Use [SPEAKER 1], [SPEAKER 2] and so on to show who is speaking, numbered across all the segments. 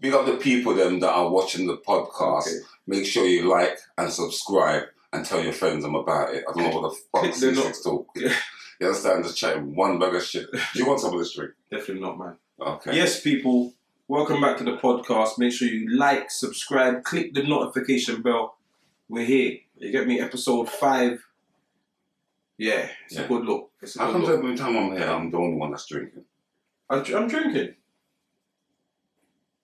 [SPEAKER 1] big up the people them that are watching the podcast.
[SPEAKER 2] Okay.
[SPEAKER 1] Make sure you like and subscribe and tell your friends I'm about it. I don't know what the fuck
[SPEAKER 2] They're
[SPEAKER 1] this
[SPEAKER 2] not-
[SPEAKER 1] is talk.
[SPEAKER 2] Yeah.
[SPEAKER 1] You understand? Just chatting one bag of shit. Do you want some of this drink?
[SPEAKER 2] Definitely not, man.
[SPEAKER 1] Okay.
[SPEAKER 2] Yes, people, welcome back to the podcast. Make sure you like, subscribe, click the notification bell. We're here. You get me? Episode five. Yeah, it's
[SPEAKER 1] Yeah.
[SPEAKER 2] a good look. It's a
[SPEAKER 1] How
[SPEAKER 2] good
[SPEAKER 1] comes
[SPEAKER 2] look.
[SPEAKER 1] every time I'm here, I'm the only one that's drinking?
[SPEAKER 2] I'm, dr- I'm drinking.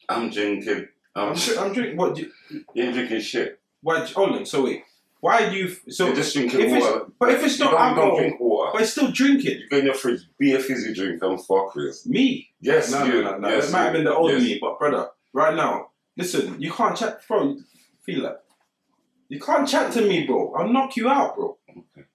[SPEAKER 1] I'm drinking.
[SPEAKER 2] I'm,
[SPEAKER 1] I'm,
[SPEAKER 2] dr- I'm drinking. What? Do you,
[SPEAKER 1] you ain't drinking shit.
[SPEAKER 2] why? Hold on. So wait. Why do you? f- So
[SPEAKER 1] You're just drinking
[SPEAKER 2] if it's-
[SPEAKER 1] water.
[SPEAKER 2] but if it's
[SPEAKER 1] You
[SPEAKER 2] not
[SPEAKER 1] don't- you
[SPEAKER 2] alcohol-
[SPEAKER 1] don't drink water.
[SPEAKER 2] but it's still drinking.
[SPEAKER 1] You go in your fridge, be a fizzy drink and fuckers.
[SPEAKER 2] Me.
[SPEAKER 1] Yes,
[SPEAKER 2] No,
[SPEAKER 1] you.
[SPEAKER 2] no, no, no.
[SPEAKER 1] Yes,
[SPEAKER 2] this might have been the old
[SPEAKER 1] Yes.
[SPEAKER 2] me, but brother, right now, listen, you can't chat, bro. Feel that. You can't chat to me, bro. I'll knock you out, bro.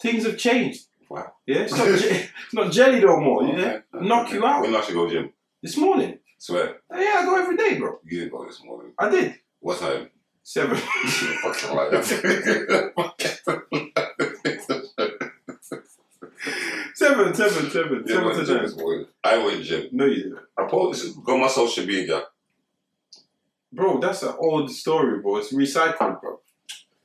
[SPEAKER 2] Things have changed.
[SPEAKER 1] Wow.
[SPEAKER 2] Yeah, it's not, je- it's not jelly no more. Yeah,
[SPEAKER 1] Okay.
[SPEAKER 2] knock you out.
[SPEAKER 1] When last you go gym?
[SPEAKER 2] this morning. Uh,
[SPEAKER 1] Swear,
[SPEAKER 2] Yeah, I go every day, bro.
[SPEAKER 1] you didn't go this morning.
[SPEAKER 2] I did
[SPEAKER 1] What time?
[SPEAKER 2] seven.
[SPEAKER 1] Fucking like that.
[SPEAKER 2] seven, seven, seven,
[SPEAKER 1] Yeah, I
[SPEAKER 2] seven
[SPEAKER 1] went
[SPEAKER 2] to
[SPEAKER 1] gym
[SPEAKER 2] nine.
[SPEAKER 1] this morning. I went gym.
[SPEAKER 2] No, you didn't,
[SPEAKER 1] I posted, go on my social media,
[SPEAKER 2] bro. That's an old story, bro. It's recycled, bro.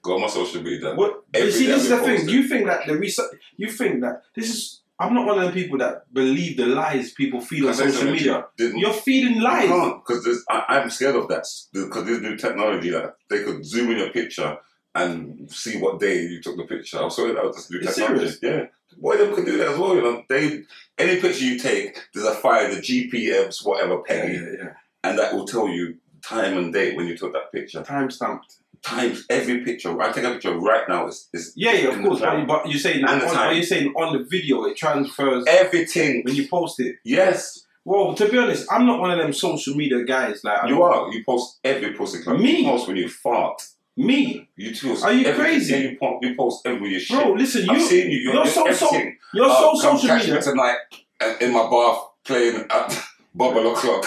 [SPEAKER 1] go on my social media.
[SPEAKER 2] What
[SPEAKER 1] Every
[SPEAKER 2] you see?
[SPEAKER 1] day
[SPEAKER 2] This is
[SPEAKER 1] we
[SPEAKER 2] the thing.
[SPEAKER 1] post it.
[SPEAKER 2] You think that the research. You think that this is. I'm not one of the people that believe the lies people feed on
[SPEAKER 1] Because that's
[SPEAKER 2] social
[SPEAKER 1] what
[SPEAKER 2] media.
[SPEAKER 1] Didn't
[SPEAKER 2] You're feeding lies.
[SPEAKER 1] because I'm scared of that. Because there's new technology that they could zoom in your picture and see what day you took the picture. I'm sorry, that was just new
[SPEAKER 2] You're
[SPEAKER 1] technology. Yeah, boy, them could do that as well. You know, they any picture you take, there's a fire, the GPMs, whatever penny,
[SPEAKER 2] yeah.
[SPEAKER 1] and that will tell you time and date when you took that picture.
[SPEAKER 2] Time stamped.
[SPEAKER 1] Times every picture. I take a picture right now. It's, it's
[SPEAKER 2] Yeah, yeah, of
[SPEAKER 1] And the
[SPEAKER 2] course. But,
[SPEAKER 1] time.
[SPEAKER 2] but you're saying
[SPEAKER 1] And
[SPEAKER 2] that
[SPEAKER 1] the
[SPEAKER 2] on,
[SPEAKER 1] time.
[SPEAKER 2] are you saying on the video it transfers
[SPEAKER 1] everything.
[SPEAKER 2] when you post it?
[SPEAKER 1] Yes,
[SPEAKER 2] Well, to be honest, I'm not one of them social media guys. Like I
[SPEAKER 1] you are. You post every posting. clip.
[SPEAKER 2] Me?
[SPEAKER 1] You post when you fart.
[SPEAKER 2] me,
[SPEAKER 1] You post.
[SPEAKER 2] Are you
[SPEAKER 1] everything.
[SPEAKER 2] crazy?
[SPEAKER 1] Yeah, you post. You post every shit.
[SPEAKER 2] bro. Listen,
[SPEAKER 1] I've
[SPEAKER 2] you,
[SPEAKER 1] seen you. You're,
[SPEAKER 2] you're
[SPEAKER 1] you're
[SPEAKER 2] so- so-
[SPEAKER 1] everything.
[SPEAKER 2] you're
[SPEAKER 1] Oh,
[SPEAKER 2] so
[SPEAKER 1] come
[SPEAKER 2] social
[SPEAKER 1] catch
[SPEAKER 2] media.
[SPEAKER 1] me tonight uh, in my bath playing at bubble o'clock.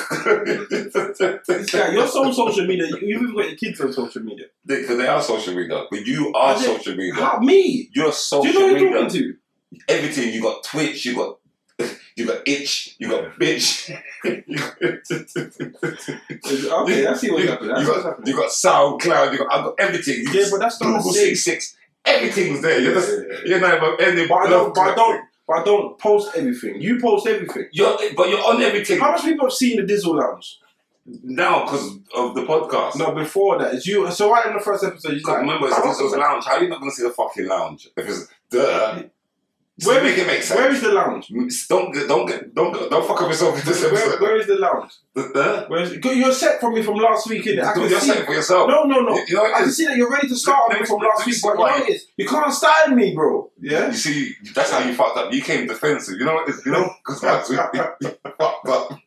[SPEAKER 2] This guy, you're so social media. You even got your kids on social media.
[SPEAKER 1] Because they are social media, but you Oh, are
[SPEAKER 2] Are they-
[SPEAKER 1] social media.
[SPEAKER 2] How me?
[SPEAKER 1] You're
[SPEAKER 2] Do
[SPEAKER 1] social
[SPEAKER 2] you know who
[SPEAKER 1] media.
[SPEAKER 2] you're talking to?
[SPEAKER 1] Everything you got Twitch, you got you got itch, you got bitch, you got,
[SPEAKER 2] Okay, I see what's happening. I see
[SPEAKER 1] you
[SPEAKER 2] what's
[SPEAKER 1] got, you
[SPEAKER 2] happening.
[SPEAKER 1] got SoundCloud, you got I got everything. You
[SPEAKER 2] Yeah, but that's not
[SPEAKER 1] Google
[SPEAKER 2] the same.
[SPEAKER 1] six six, everything's there. You're just
[SPEAKER 2] Yeah.
[SPEAKER 1] you're not even any.
[SPEAKER 2] But I don't, but I don't, but I don't post everything. You post everything.
[SPEAKER 1] You're but you're on everything
[SPEAKER 2] How much people have seen the Dizzle Lounge?
[SPEAKER 1] now because of the podcast.
[SPEAKER 2] No, before that, it's you. So right in the first episode, you
[SPEAKER 1] Because
[SPEAKER 2] like,
[SPEAKER 1] remember, it's Dizzle's lounge. How are you not going to see the fucking lounge? If it's duh,
[SPEAKER 2] Where
[SPEAKER 1] where make it make
[SPEAKER 2] where
[SPEAKER 1] sense?
[SPEAKER 2] is the lounge?
[SPEAKER 1] Don't get- don't get don't get- don't fuck up yourself with this
[SPEAKER 2] Where,
[SPEAKER 1] episode.
[SPEAKER 2] where is the lounge?
[SPEAKER 1] The- the-
[SPEAKER 2] Where is it? You're set from me from last week, innit? I
[SPEAKER 1] Do
[SPEAKER 2] can
[SPEAKER 1] your
[SPEAKER 2] see.
[SPEAKER 1] set for yourself.
[SPEAKER 2] No, no, no.
[SPEAKER 1] You- you know
[SPEAKER 2] I
[SPEAKER 1] what it
[SPEAKER 2] can
[SPEAKER 1] is?
[SPEAKER 2] see that you're ready to start on
[SPEAKER 1] Let
[SPEAKER 2] me
[SPEAKER 1] me-
[SPEAKER 2] from last
[SPEAKER 1] let me
[SPEAKER 2] week,
[SPEAKER 1] see
[SPEAKER 2] but you know
[SPEAKER 1] why.
[SPEAKER 2] what it is? You can't style me, bro.
[SPEAKER 1] You
[SPEAKER 2] Yeah.
[SPEAKER 1] see, that's how you fucked up. You came defensive. You know what it is? You know because last week you fucked up.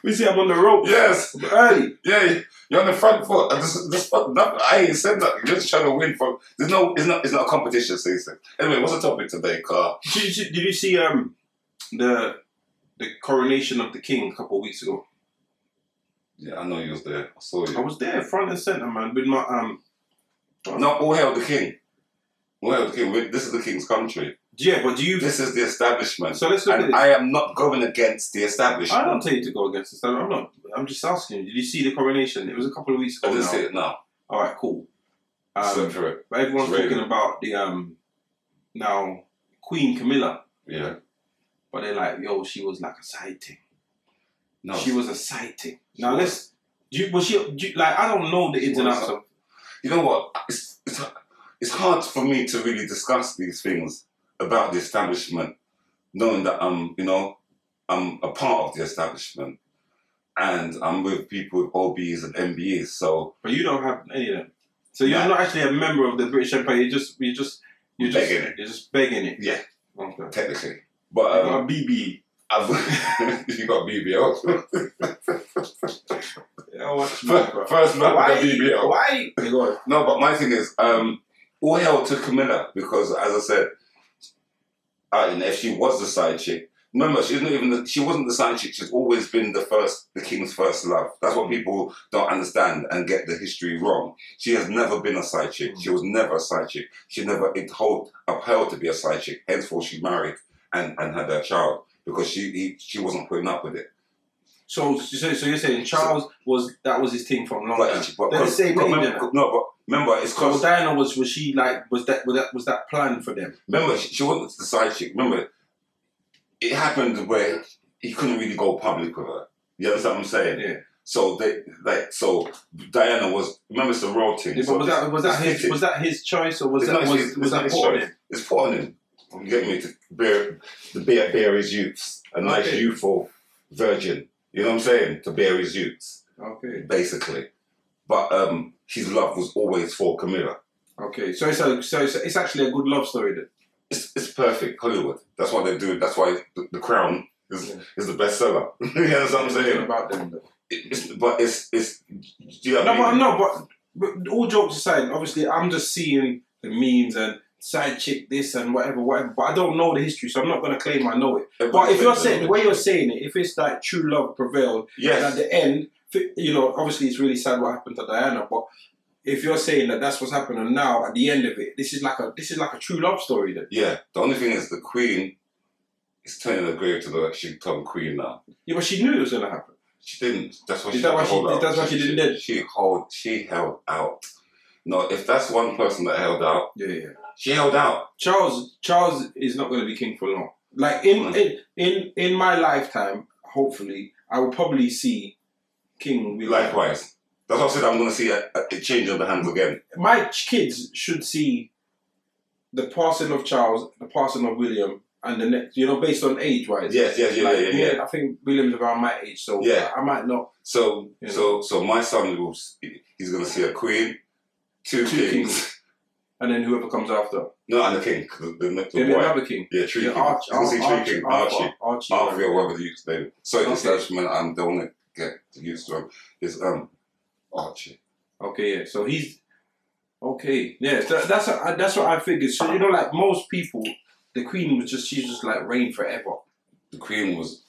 [SPEAKER 2] We see I'm on the rope
[SPEAKER 1] Yes,
[SPEAKER 2] early.
[SPEAKER 1] yeah. You're on the front foot. And this, this, that, I ain't said that. You're just trying to win from. There's no. It's not. It's not a competition, Stacey. Anyway, what's the topic today, Car?
[SPEAKER 2] Did you, see- did you see um the the coronation of the king a couple of weeks ago?
[SPEAKER 1] Yeah, I know you was there. I saw you.
[SPEAKER 2] I was there, front and center, man, with my um.
[SPEAKER 1] No, all hail the king. All hail the king. We- This is the king's country.
[SPEAKER 2] Yeah, but do you?
[SPEAKER 1] This is the establishment.
[SPEAKER 2] So let's look at
[SPEAKER 1] And
[SPEAKER 2] this.
[SPEAKER 1] I am not going against the
[SPEAKER 2] I
[SPEAKER 1] establishment.
[SPEAKER 2] don't tell you to go against the standard. I'm not. I'm just asking you. Did you see the coronation? It was a couple of weeks
[SPEAKER 1] I
[SPEAKER 2] ago.
[SPEAKER 1] didn't
[SPEAKER 2] now.
[SPEAKER 1] see it now.
[SPEAKER 2] All right, cool. Um,
[SPEAKER 1] Sit for it.
[SPEAKER 2] but everyone's
[SPEAKER 1] Really?
[SPEAKER 2] talking about the um now Queen Camilla,
[SPEAKER 1] Yeah.
[SPEAKER 2] but they're like, yo, she was like a sighting.
[SPEAKER 1] No.
[SPEAKER 2] She was a sighting.
[SPEAKER 1] She
[SPEAKER 2] now
[SPEAKER 1] was.
[SPEAKER 2] let's. Do you, was she do you- like? I don't know the
[SPEAKER 1] She
[SPEAKER 2] ins and
[SPEAKER 1] was.
[SPEAKER 2] outs of.
[SPEAKER 1] you know what? It's, it's, it's hard for me to really discuss these things about the establishment, knowing that I'm, you know, I'm a part of the establishment. And I'm with people with OBs and MBEs, so
[SPEAKER 2] But you don't have any of them. So you're
[SPEAKER 1] Nah.
[SPEAKER 2] not actually a member of the British Empire. You just you just you just
[SPEAKER 1] Begging it.
[SPEAKER 2] you're just begging it.
[SPEAKER 1] Yeah.
[SPEAKER 2] Okay. You
[SPEAKER 1] technically. But um,
[SPEAKER 2] got a BB.
[SPEAKER 1] I've you got BBL.
[SPEAKER 2] Yeah, watch me,
[SPEAKER 1] First,
[SPEAKER 2] bro.
[SPEAKER 1] first man
[SPEAKER 2] Why?
[SPEAKER 1] with a BBL.
[SPEAKER 2] Why? Go on.
[SPEAKER 1] No, but my thing is, um, all hell to Camilla because, as I said, uh, and if she was the side chick, remember she's not even the, she wasn't the side chick. She's always been the first, the king's first love. That's what people don't understand and get the history wrong. She has never been a side chick. She was never a side chick. She never it hold, upheld to be a side chick. Henceforth, she married and, and had her child because she he, she wasn't putting up with it.
[SPEAKER 2] So, so, so you're saying Charles was that was his thing from long?
[SPEAKER 1] But, but,
[SPEAKER 2] They're Oh, the same
[SPEAKER 1] but
[SPEAKER 2] name,
[SPEAKER 1] remember-
[SPEAKER 2] innit?
[SPEAKER 1] no, but remember, it's
[SPEAKER 2] So
[SPEAKER 1] because
[SPEAKER 2] Diana was was she like was that was that was that planned for them?
[SPEAKER 1] remember she, she wasn't the side chick. Remember, it happened where he couldn't really go public with her. You understand what I'm saying?
[SPEAKER 2] Yeah.
[SPEAKER 1] So they like so Diana was remember it's a royal thing.
[SPEAKER 2] Yeah,
[SPEAKER 1] so
[SPEAKER 2] but was that was that
[SPEAKER 1] it's
[SPEAKER 2] his
[SPEAKER 1] fitted.
[SPEAKER 2] was that his choice or was
[SPEAKER 1] It's
[SPEAKER 2] that
[SPEAKER 1] not
[SPEAKER 2] was,
[SPEAKER 1] his-
[SPEAKER 2] was
[SPEAKER 1] it's not
[SPEAKER 2] that
[SPEAKER 1] his
[SPEAKER 2] put on
[SPEAKER 1] choice.
[SPEAKER 2] him?
[SPEAKER 1] It's put on him. You get me to bear to bear, bear his youths, a nice
[SPEAKER 2] Okay.
[SPEAKER 1] youthful virgin. You know what I'm saying? To bear his youths,
[SPEAKER 2] Okay,
[SPEAKER 1] basically. But um, his love was always for Camilla.
[SPEAKER 2] okay. So it's a, so it's, it's actually a good love story then.
[SPEAKER 1] It's, it's perfect Hollywood. That's what they do. That's why the, the Crown is
[SPEAKER 2] Yeah.
[SPEAKER 1] is the bestseller. you know what I'm
[SPEAKER 2] Something
[SPEAKER 1] saying?
[SPEAKER 2] about them. Though.
[SPEAKER 1] It- it's, but it's it's. Do you know
[SPEAKER 2] No,
[SPEAKER 1] what I
[SPEAKER 2] but
[SPEAKER 1] mean?
[SPEAKER 2] no, but, but all jokes aside, obviously I'm just seeing the memes and side chick this and whatever, whatever. But I don't know the history, so I'm not gonna claim I know it. But if you're saying the way you're saying it, if it's like true love prevailed. And at
[SPEAKER 1] yes,
[SPEAKER 2] the end, fi- you know, obviously it's really sad what happened to Diana, but if you're saying that that's what's happening now at the end of it, this is like a this is like a true love story then.
[SPEAKER 1] yeah. The only thing is the Queen is turning her grave to the she become Queen now.
[SPEAKER 2] Yeah, but she knew it was gonna happen.
[SPEAKER 1] She didn't. That's why
[SPEAKER 2] Is
[SPEAKER 1] she.
[SPEAKER 2] that
[SPEAKER 1] had
[SPEAKER 2] why
[SPEAKER 1] to
[SPEAKER 2] she-
[SPEAKER 1] hold out.
[SPEAKER 2] that's why she didn't then?
[SPEAKER 1] She hold. She held out. No, if that's one person that held out,
[SPEAKER 2] Yeah, yeah.
[SPEAKER 1] she held out.
[SPEAKER 2] Charles Charles is not gonna be king for long. Like in
[SPEAKER 1] Mm.
[SPEAKER 2] in in, in my lifetime, hopefully, I will probably see King William.
[SPEAKER 1] Likewise, that's why I said I'm going to see a, a a change of the hands again.
[SPEAKER 2] my ch- kids should see the passing of Charles, the passing of William, and the next you know, based on age wise.
[SPEAKER 1] Yes, yes, yeah,
[SPEAKER 2] Like,
[SPEAKER 1] yeah, yeah, yeah.
[SPEAKER 2] I think William's around my age, so
[SPEAKER 1] Yeah.
[SPEAKER 2] I might not.
[SPEAKER 1] So,
[SPEAKER 2] Yeah.
[SPEAKER 1] so, so my son will. s- He's going to see a queen, two,
[SPEAKER 2] Two
[SPEAKER 1] kings.
[SPEAKER 2] kings. And then whoever comes after,
[SPEAKER 1] No, and the king, the, the, the
[SPEAKER 2] there'll be
[SPEAKER 1] boy.
[SPEAKER 2] another king.
[SPEAKER 1] Yeah, three
[SPEAKER 2] Yeah,
[SPEAKER 1] kings.
[SPEAKER 2] Arch-
[SPEAKER 1] he's going to see three
[SPEAKER 2] Arch-
[SPEAKER 1] kings.
[SPEAKER 2] Arch-
[SPEAKER 1] Archie.
[SPEAKER 2] Archie.
[SPEAKER 1] Arthur or whatever the youth name. Sorry,
[SPEAKER 2] Okay.
[SPEAKER 1] the establishment. I'm the one that get used to him. Is um, Archie.
[SPEAKER 2] Okay, yeah. So he's okay. Yeah, so that's what I- that's what I figured. So you know, like most people, the queen was just she's just like reign forever.
[SPEAKER 1] The queen was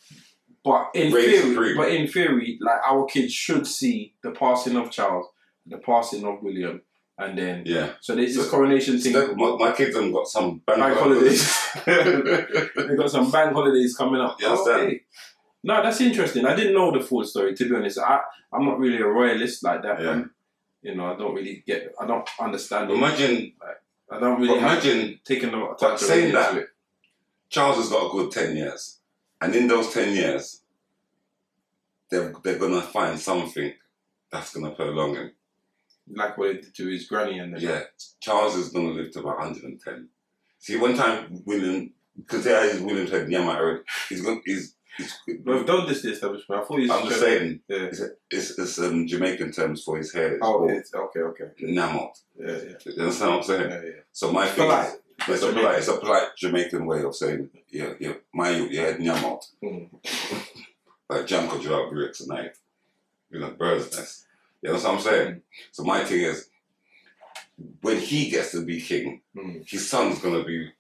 [SPEAKER 2] But in
[SPEAKER 1] Reign
[SPEAKER 2] theory,
[SPEAKER 1] supreme.
[SPEAKER 2] but in theory, like our kids should see the passing of Charles, the passing of William, and then
[SPEAKER 1] yeah.
[SPEAKER 2] so there's this
[SPEAKER 1] So-
[SPEAKER 2] coronation
[SPEAKER 1] See,
[SPEAKER 2] thing.
[SPEAKER 1] that- my, my kids haven't got some bank,
[SPEAKER 2] Bank
[SPEAKER 1] holidays.
[SPEAKER 2] They got some bank holidays coming up.
[SPEAKER 1] You understand?
[SPEAKER 2] No, that's interesting. I didn't know the full story. To be honest, I I'm not really a royalist like that.
[SPEAKER 1] Yeah.
[SPEAKER 2] You know, I don't really get. I don't understand. It.
[SPEAKER 1] imagine,
[SPEAKER 2] I don't really have
[SPEAKER 1] imagine
[SPEAKER 2] taken the
[SPEAKER 1] But
[SPEAKER 2] time to
[SPEAKER 1] saying
[SPEAKER 2] read
[SPEAKER 1] that-
[SPEAKER 2] into it.
[SPEAKER 1] Charles has got a good ten years, and in those ten years, they're they're gonna find something that's gonna prolong him.
[SPEAKER 2] like what it did to his granny and them.
[SPEAKER 1] Yeah, Charles is gonna live to about hundred and ten. See, one time William, because there is William said, "Yeah, my earth," he's going. He's, he's
[SPEAKER 2] But we've done this to the establishment. I thought you
[SPEAKER 1] I'm
[SPEAKER 2] was
[SPEAKER 1] just saying,
[SPEAKER 2] Yeah.
[SPEAKER 1] it's, it's um, Jamaican terms for his hair. It's
[SPEAKER 2] Oh,
[SPEAKER 1] called
[SPEAKER 2] it's, okay, okay.
[SPEAKER 1] enamel.
[SPEAKER 2] Yeah, yeah.
[SPEAKER 1] You understand what I'm saying?
[SPEAKER 2] yeah, yeah.
[SPEAKER 1] So my thing
[SPEAKER 2] Polite.
[SPEAKER 1] is, It's a polite, it's a polite Jamaican way of saying, yeah, yeah, my you, yeah, nyamot.
[SPEAKER 2] Mm.
[SPEAKER 1] Like jam could you out bricks tonight. You know, bird's nest. You know what I'm saying? So my thing is, when he gets to be king,
[SPEAKER 2] Mm.
[SPEAKER 1] his son's gonna be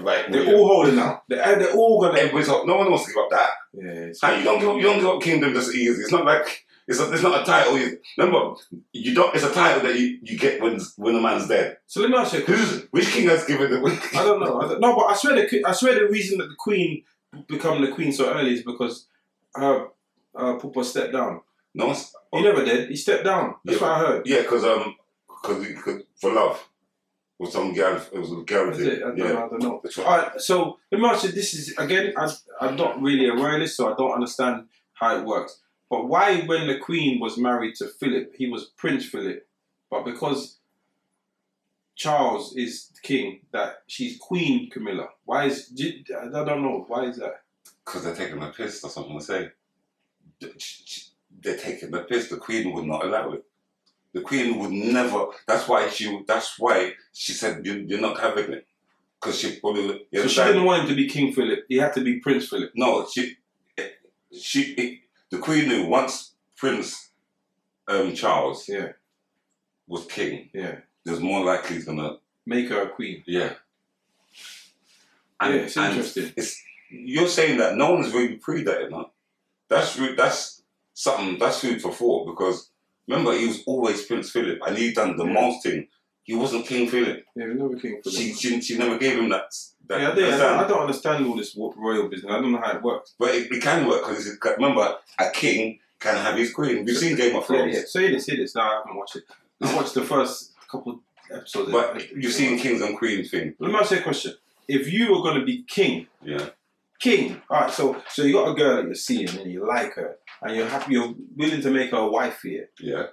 [SPEAKER 1] like, like
[SPEAKER 2] they're all holding out. They're, they're all gonna.
[SPEAKER 1] Everybody's up. No one wants to give up that.
[SPEAKER 2] Yeah, it's-
[SPEAKER 1] And you don't give up, you don't give up kingdom just easy. It's not like it's, a, it's not a title. You, remember, you don't. It's a title that you, you get when when a man's dead.
[SPEAKER 2] So let me ask you a question.
[SPEAKER 1] Who's, which king has given the?
[SPEAKER 2] I don't know. I don't, no, but I swear the que- I swear the reason that the queen become the queen so early is because her uh, Papa stepped down.
[SPEAKER 1] No one's
[SPEAKER 2] He never did. He stepped down. That's
[SPEAKER 1] Yeah.
[SPEAKER 2] what I heard.
[SPEAKER 1] Yeah, because um, cause, he- 'cause for love was some girl. It was a girl.
[SPEAKER 2] That's it. I don't,
[SPEAKER 1] yeah,
[SPEAKER 2] know, I don't know.
[SPEAKER 1] that's
[SPEAKER 2] All
[SPEAKER 1] right.
[SPEAKER 2] right. So let me ask you. This is again. I, I'm not really a royalist, so I don't understand how it works. But why, when the queen was married to Philip, he was Prince Philip, but because Charles is king, that she's Queen Camilla. Why is? did- I don't know. Why is that?
[SPEAKER 1] 'Cause they're taking the piss. That's what I'm gonna say. They're taking the piss. The queen would not allow it. The queen would never. That's why she. That's why she said you, you're not having it. Because she probably. you
[SPEAKER 2] so she
[SPEAKER 1] understand?
[SPEAKER 2] didn't want him to be King Philip. He had to be Prince Philip.
[SPEAKER 1] No, she, she, it, the Queen knew once Prince um, Charles
[SPEAKER 2] Yeah.
[SPEAKER 1] was king,
[SPEAKER 2] Yeah.
[SPEAKER 1] there's more likely he's gonna,
[SPEAKER 2] Make her a queen.
[SPEAKER 1] yeah.
[SPEAKER 2] yeah, it's interesting.
[SPEAKER 1] It's you're saying that no one's really pre that, you know. That's re- that's something that's food for thought because remember he was always Prince Philip and he done the
[SPEAKER 2] Yeah.
[SPEAKER 1] most thing He wasn't King Philip.
[SPEAKER 2] Yeah, another king Philip.
[SPEAKER 1] She, she, she never gave him that. that
[SPEAKER 2] yeah, I, did, I,
[SPEAKER 1] that-
[SPEAKER 2] don't, I don't understand all this wa- royal business. I don't know how it works.
[SPEAKER 1] But it, it can work because remember, a king can have his queen. We've seen Game of
[SPEAKER 2] Yeah,
[SPEAKER 1] Thrones,
[SPEAKER 2] yeah. Say this, say this. No, I haven't watched it. I watched the first couple episodes.
[SPEAKER 1] but you've seen kings and queens thing.
[SPEAKER 2] Let me ask you a question. If you were going to be king,
[SPEAKER 1] Yeah,
[SPEAKER 2] king, all right, so so you got a girl that you're seeing and you like her and you're happy, you're willing to make her a wife here
[SPEAKER 1] yeah.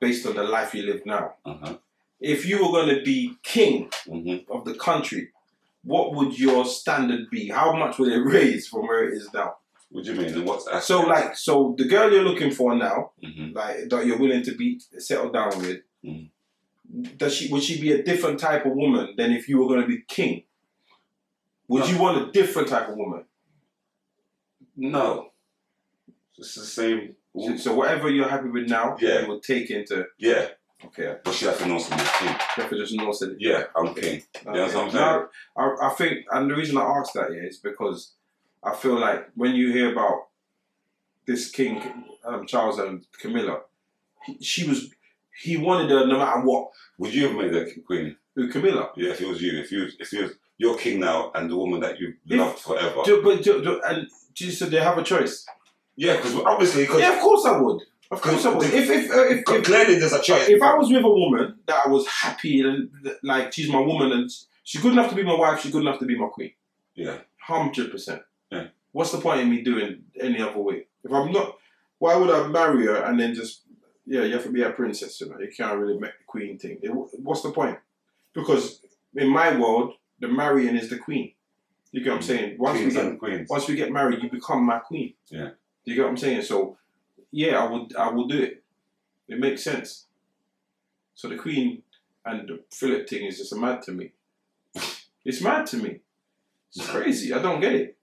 [SPEAKER 2] based on the life you live now.
[SPEAKER 1] Uh-huh.
[SPEAKER 2] If you were going to be king
[SPEAKER 1] hmm
[SPEAKER 2] of the country, what would your standard be? How much would it raise from where it is now?
[SPEAKER 1] What do you mean? And what's that?
[SPEAKER 2] So, like, so the girl you're looking for now,
[SPEAKER 1] hmm
[SPEAKER 2] like that you're willing to be settled down with,
[SPEAKER 1] Mm.
[SPEAKER 2] does she would she be a different type of woman than if you were going to be king? Would
[SPEAKER 1] No.
[SPEAKER 2] you want a different type of woman?
[SPEAKER 1] no, it's the same.
[SPEAKER 2] So, so whatever you're happy with now,
[SPEAKER 1] Yeah.
[SPEAKER 2] you will take into
[SPEAKER 1] Yeah,
[SPEAKER 2] okay.
[SPEAKER 1] but she has to know something. King.
[SPEAKER 2] Definitely just knows that.
[SPEAKER 1] Yeah, I'm king.
[SPEAKER 2] Okay.
[SPEAKER 1] that's what I'm
[SPEAKER 2] Now, I, I think, and the reason I asked that yeah, is because I feel like when you hear about this King um, Charles and Camilla, he- she was he wanted her no matter what.
[SPEAKER 1] Would you have made her queen?
[SPEAKER 2] Who Camilla?
[SPEAKER 1] Yeah, if it was you, if you, if you, you're king now, and the woman that you
[SPEAKER 2] If-
[SPEAKER 1] loved forever.
[SPEAKER 2] Do, but do, do, and do you, so they have a choice.
[SPEAKER 1] yeah, because obviously, because
[SPEAKER 2] Yeah, of course I would. Of course I would. If if uh, if, if,
[SPEAKER 1] clearly there's a choice.
[SPEAKER 2] if I was with a woman that I was happy and that, like she's my woman and she's good enough to be my wife, she's good enough to be my queen.
[SPEAKER 1] yeah,
[SPEAKER 2] Hundred percent.
[SPEAKER 1] Yeah.
[SPEAKER 2] What's the point in me doing any other way? If I'm not, why would I marry her and then just yeah, you have to be a princess, you know? You can't really make the queen thing. It- what's the point? Because in my world, the marrying is the queen. You get what I'm
[SPEAKER 1] Mm.
[SPEAKER 2] saying? Once we
[SPEAKER 1] kings
[SPEAKER 2] get
[SPEAKER 1] and queens.
[SPEAKER 2] once we get married, you become my queen.
[SPEAKER 1] Yeah.
[SPEAKER 2] Do you get what I'm saying? So, yeah, I would, I will do it. It makes sense. So the queen and the Philip thing is just mad to me. It's mad to me. It's crazy. I don't get it.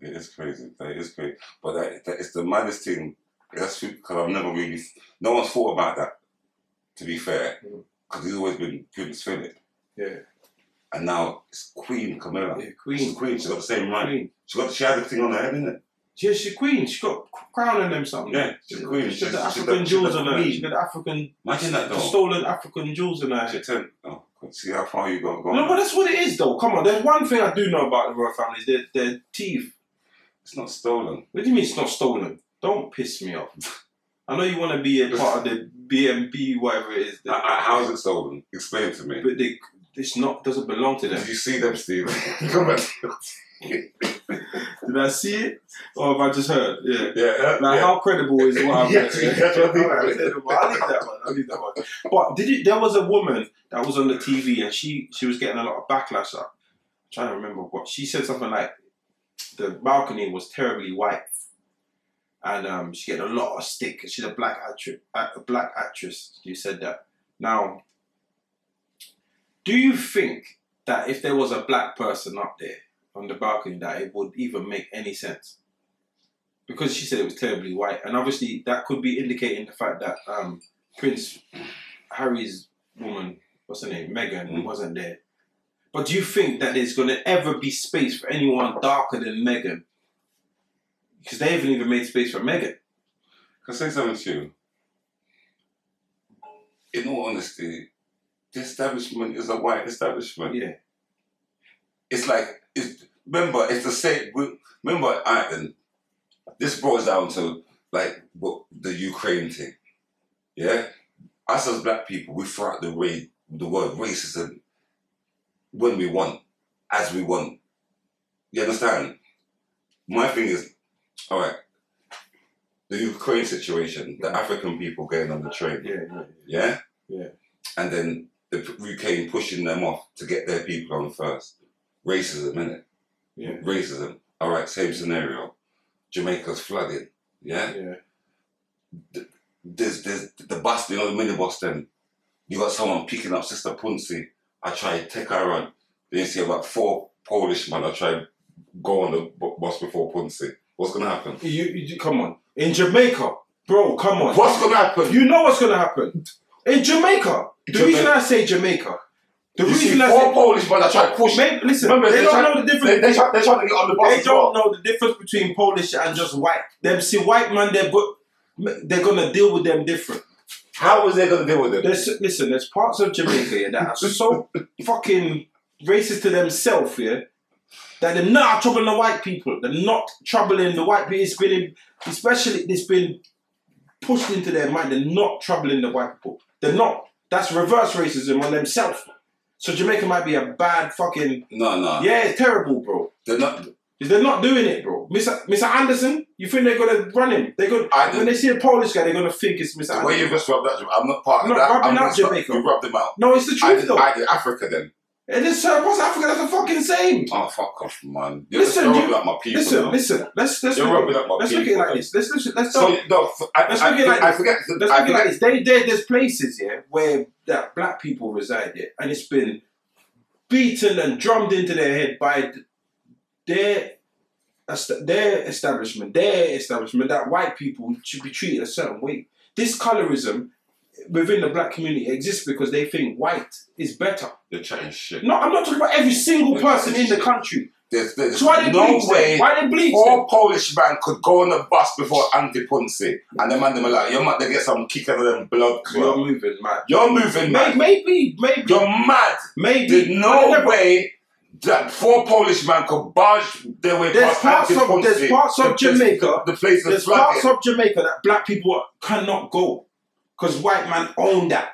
[SPEAKER 1] It is crazy. That is crazy. But that, that it's the maddest thing. That's because I've never really. No one's thought about that. To be fair,
[SPEAKER 2] Mm.
[SPEAKER 1] because he's always been Prince Philip,
[SPEAKER 2] Yeah.
[SPEAKER 1] and now it's Queen Camilla.
[SPEAKER 2] yeah
[SPEAKER 1] She's
[SPEAKER 2] queen.
[SPEAKER 1] queen. She's got the same rank.
[SPEAKER 2] Queen.
[SPEAKER 1] She got. She had the thing on her head, innit?
[SPEAKER 2] Yeah, she's queen. She got c- crown on them something.
[SPEAKER 1] Yeah, she's queen.
[SPEAKER 2] She got the
[SPEAKER 1] She's- she's
[SPEAKER 2] African
[SPEAKER 1] the- she's
[SPEAKER 2] jewels
[SPEAKER 1] the
[SPEAKER 2] on her. She
[SPEAKER 1] queen.
[SPEAKER 2] got the African
[SPEAKER 1] Imagine that
[SPEAKER 2] the
[SPEAKER 1] though.
[SPEAKER 2] stolen African jewels on her.
[SPEAKER 1] She turned- Oh, God, see how far you got. Go
[SPEAKER 2] No,
[SPEAKER 1] on.
[SPEAKER 2] but that's what it is, though. Come on. There's one thing I do know about the royal families. Their their teeth.
[SPEAKER 1] It's not stolen.
[SPEAKER 2] What do you mean it's not stolen? Don't piss me off. I know you want to be a part of the BMB, whatever it is,
[SPEAKER 1] Uh,
[SPEAKER 2] that,
[SPEAKER 1] uh, How is it stolen? Explain to me.
[SPEAKER 2] but they, it's not doesn't belong to them.
[SPEAKER 1] Did you see them, Steve? Come on.
[SPEAKER 2] Did I see it, or have I just heard? Yeah.
[SPEAKER 1] Yeah. uh, yeah.
[SPEAKER 2] Like how credible is what I've
[SPEAKER 1] Yes,
[SPEAKER 2] heard?
[SPEAKER 1] that's what I think.
[SPEAKER 2] Alright, I'll leave that one. I'll leave that one. But did you, there was a woman that was on the TV and she she was getting a lot of backlash. Up. I'm trying to remember what she said something like the balcony was terribly white, and um, she get a lot of stick. She's a black actress. A black actress. You said that. Now, do you think that if there was a black person up there on the balcony, that it would even make any sense? Because she said it was terribly white, and obviously that could be indicating the fact that um, Prince Harry's woman, what's her name, Meghan,
[SPEAKER 1] Mm.
[SPEAKER 2] wasn't there. But do you think that there's going to ever be space for anyone darker than Meghan? Because they haven't even made space for Meghan.
[SPEAKER 1] Can I say something to you? In all honesty, the establishment is a white establishment.
[SPEAKER 2] Yeah.
[SPEAKER 1] It's like, it's, remember, it's the same. we- Remember, Ireland, this boils down to like what, the Ukraine thing. Yeah? Us as black people, we throw out the, ra- the word racism when we want, as we want. You understand? My thing is, all right, the Ukraine situation, the African people getting on the train,
[SPEAKER 2] Yeah, yeah.
[SPEAKER 1] yeah?
[SPEAKER 2] Yeah.
[SPEAKER 1] And then the p- Ukraine pushing them off to get their people on first. Racism, innit?
[SPEAKER 2] Yeah.
[SPEAKER 1] Racism. All right, same scenario. Jamaica's flooded, yeah?
[SPEAKER 2] Yeah,
[SPEAKER 1] There's, there's the bus, you know, the minibus then. You got someone picking up Sister Punsi. I tried to take her on. Then you see about four Polish men. I tried go on the bu- bus before Punsi. What's going to happen?
[SPEAKER 2] you, you come on in Jamaica, bro. Come on,
[SPEAKER 1] What's going to happen?
[SPEAKER 2] you know what's gonna happen in Jamaica. The
[SPEAKER 1] Jamaica.
[SPEAKER 2] reason I say Jamaica, the
[SPEAKER 1] You see
[SPEAKER 2] reason I
[SPEAKER 1] four
[SPEAKER 2] say,
[SPEAKER 1] Polish men. I tried push
[SPEAKER 2] Mate, listen,
[SPEAKER 1] Remember,
[SPEAKER 2] they
[SPEAKER 1] they
[SPEAKER 2] don't
[SPEAKER 1] try-
[SPEAKER 2] know the difference.
[SPEAKER 1] They, they try, they're trying to get on the bus.
[SPEAKER 2] They
[SPEAKER 1] as well.
[SPEAKER 2] don't know the difference between Polish and just white. Them see white man, they're go- they're gonna deal with them different.
[SPEAKER 1] How was they going to deal with it?
[SPEAKER 2] There's, listen, there's parts of Jamaica yeah, that are so fucking racist to themselves, yeah, that they're not troubling the white people. They're not troubling the white people. It's been, especially, it's been pushed into their mind. They're not troubling the white people. They're not. That's reverse racism on themselves. So Jamaica might be a bad fucking.
[SPEAKER 1] No, no.
[SPEAKER 2] Yeah, it's terrible, bro.
[SPEAKER 1] They're not.
[SPEAKER 2] They're not doing it, bro. Mr. Mr. Anderson, you think they're gonna run him? They're gonna
[SPEAKER 1] I
[SPEAKER 2] when
[SPEAKER 1] didn't.
[SPEAKER 2] they see a Polish guy, they're gonna think it's Mr.
[SPEAKER 1] The
[SPEAKER 2] Anderson.
[SPEAKER 1] way you just rubbed that, I'm not part of
[SPEAKER 2] You're
[SPEAKER 1] that.
[SPEAKER 2] not rubbing
[SPEAKER 1] I'm
[SPEAKER 2] out
[SPEAKER 1] gonna stop-
[SPEAKER 2] Jamaica.
[SPEAKER 1] You rubbed them out.
[SPEAKER 2] No, it's the
[SPEAKER 1] I
[SPEAKER 2] truth
[SPEAKER 1] did,
[SPEAKER 2] though.
[SPEAKER 1] I did Africa then.
[SPEAKER 2] And this uh, what's Africa? That's the fucking same.
[SPEAKER 1] Oh, fuck off, man. You're
[SPEAKER 2] Listen,
[SPEAKER 1] just
[SPEAKER 2] you-
[SPEAKER 1] rubbing up my people.
[SPEAKER 2] Listen,
[SPEAKER 1] now.
[SPEAKER 2] listen. Let's let's
[SPEAKER 1] You're
[SPEAKER 2] look,
[SPEAKER 1] rubbing up my
[SPEAKER 2] let's
[SPEAKER 1] people.
[SPEAKER 2] look at it like this. Let's let's let's,
[SPEAKER 1] So,
[SPEAKER 2] talk-
[SPEAKER 1] no, I,
[SPEAKER 2] Let's
[SPEAKER 1] I,
[SPEAKER 2] look at it like
[SPEAKER 1] I forget. I
[SPEAKER 2] let's look at it like
[SPEAKER 1] forget.
[SPEAKER 2] this. They, they, there's places yeah where that black people reside yeah, and it's been beaten and drummed into their head by th- their est- their establishment, their establishment that white people should be treated a certain way. This colorism within the black community exists because they think white is better.
[SPEAKER 1] You're chatting shit.
[SPEAKER 2] No, I'm not talking about every single person in the country.
[SPEAKER 1] There's, there's
[SPEAKER 2] So why they
[SPEAKER 1] no
[SPEAKER 2] bleach
[SPEAKER 1] way
[SPEAKER 2] them? Why they bleach them?
[SPEAKER 1] All Polish man could go on a bus before Andy Ponce, and the man them are like, "You're mad to get some kick out of them blood
[SPEAKER 2] You're
[SPEAKER 1] clot.
[SPEAKER 2] moving, man.
[SPEAKER 1] You're moving,
[SPEAKER 2] May-
[SPEAKER 1] man.
[SPEAKER 2] Maybe, maybe,
[SPEAKER 1] You're mad. There's
[SPEAKER 2] maybe.
[SPEAKER 1] no
[SPEAKER 2] I never-
[SPEAKER 1] way that four Polish man could barge their way
[SPEAKER 2] There's
[SPEAKER 1] past
[SPEAKER 2] parts
[SPEAKER 1] Andy
[SPEAKER 2] of
[SPEAKER 1] Ponce.
[SPEAKER 2] there's parts
[SPEAKER 1] The
[SPEAKER 2] of
[SPEAKER 1] place-
[SPEAKER 2] Jamaica.
[SPEAKER 1] The place is
[SPEAKER 2] There's
[SPEAKER 1] flooded.
[SPEAKER 2] parts of Jamaica that black people cannot go because white man own that,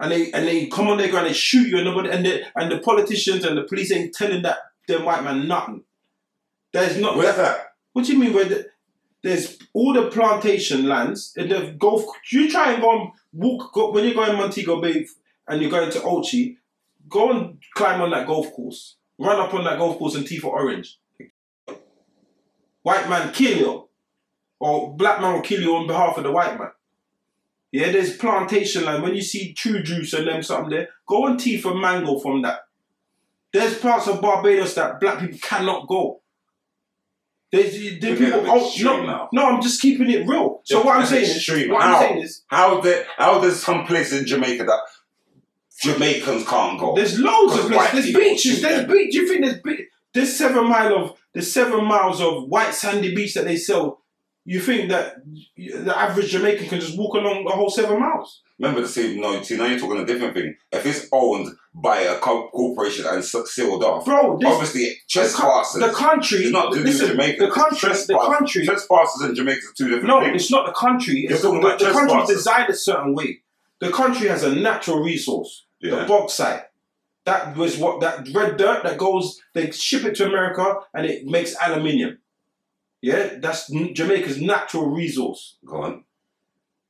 [SPEAKER 2] and they and they come on their ground and shoot you and nobody and the and the politicians and the police ain't telling that them white man nothing. There's not.
[SPEAKER 1] Where's that?
[SPEAKER 2] What do you mean? Where the, there's all the plantation lands in the Gulf. You try and go and walk go, when you're going Montego Bay and you're going to Ochi. Go and climb on that golf course. Run up on that golf course and tee for orange. White man kill you, or black man will kill you on behalf of the white man. Yeah, there's plantation land. When you see true juice and them something there, go and tee for mango from that. There's parts of Barbados that black people cannot go. There's,
[SPEAKER 1] You're
[SPEAKER 2] there
[SPEAKER 1] getting
[SPEAKER 2] people,
[SPEAKER 1] a bit
[SPEAKER 2] oh,
[SPEAKER 1] extreme
[SPEAKER 2] no,
[SPEAKER 1] now.
[SPEAKER 2] no, I'm just keeping it real. So
[SPEAKER 1] You're
[SPEAKER 2] what I'm
[SPEAKER 1] getting
[SPEAKER 2] saying is,
[SPEAKER 1] extreme.
[SPEAKER 2] what
[SPEAKER 1] How?
[SPEAKER 2] I'm saying is,
[SPEAKER 1] How there? How there's some place in Jamaica that Jamaicans can't go?
[SPEAKER 2] there's loads of
[SPEAKER 1] Because white
[SPEAKER 2] places. There's
[SPEAKER 1] people
[SPEAKER 2] beaches.
[SPEAKER 1] shoot
[SPEAKER 2] There's
[SPEAKER 1] them.
[SPEAKER 2] beach. You think there's beach? There's seven mile of there's seven miles of white sandy beach that they sell. You think that the average Jamaican can just walk along the whole seven miles?
[SPEAKER 1] Remember the same. No, see now you're talking a different thing. If it's owned by a co- corporation and s- sealed off,
[SPEAKER 2] Bro, this,
[SPEAKER 1] obviously
[SPEAKER 2] the, co-
[SPEAKER 1] trespassers.
[SPEAKER 2] the country.
[SPEAKER 1] It's not to do with
[SPEAKER 2] listen,
[SPEAKER 1] Jamaica.
[SPEAKER 2] the
[SPEAKER 1] It's
[SPEAKER 2] country. The
[SPEAKER 1] trespass.
[SPEAKER 2] country.
[SPEAKER 1] Trespassers and Jamaica are two different
[SPEAKER 2] No,
[SPEAKER 1] things.
[SPEAKER 2] it's not the country.
[SPEAKER 1] You're
[SPEAKER 2] It's the,
[SPEAKER 1] talking about
[SPEAKER 2] the country's
[SPEAKER 1] trespassers.
[SPEAKER 2] designed a certain way. The country has a natural resource, the
[SPEAKER 1] Yeah.
[SPEAKER 2] bog site. That was what that red dirt that goes. They ship it to America and it makes aluminium. Yeah, that's n- Jamaica's natural resource.
[SPEAKER 1] Go on.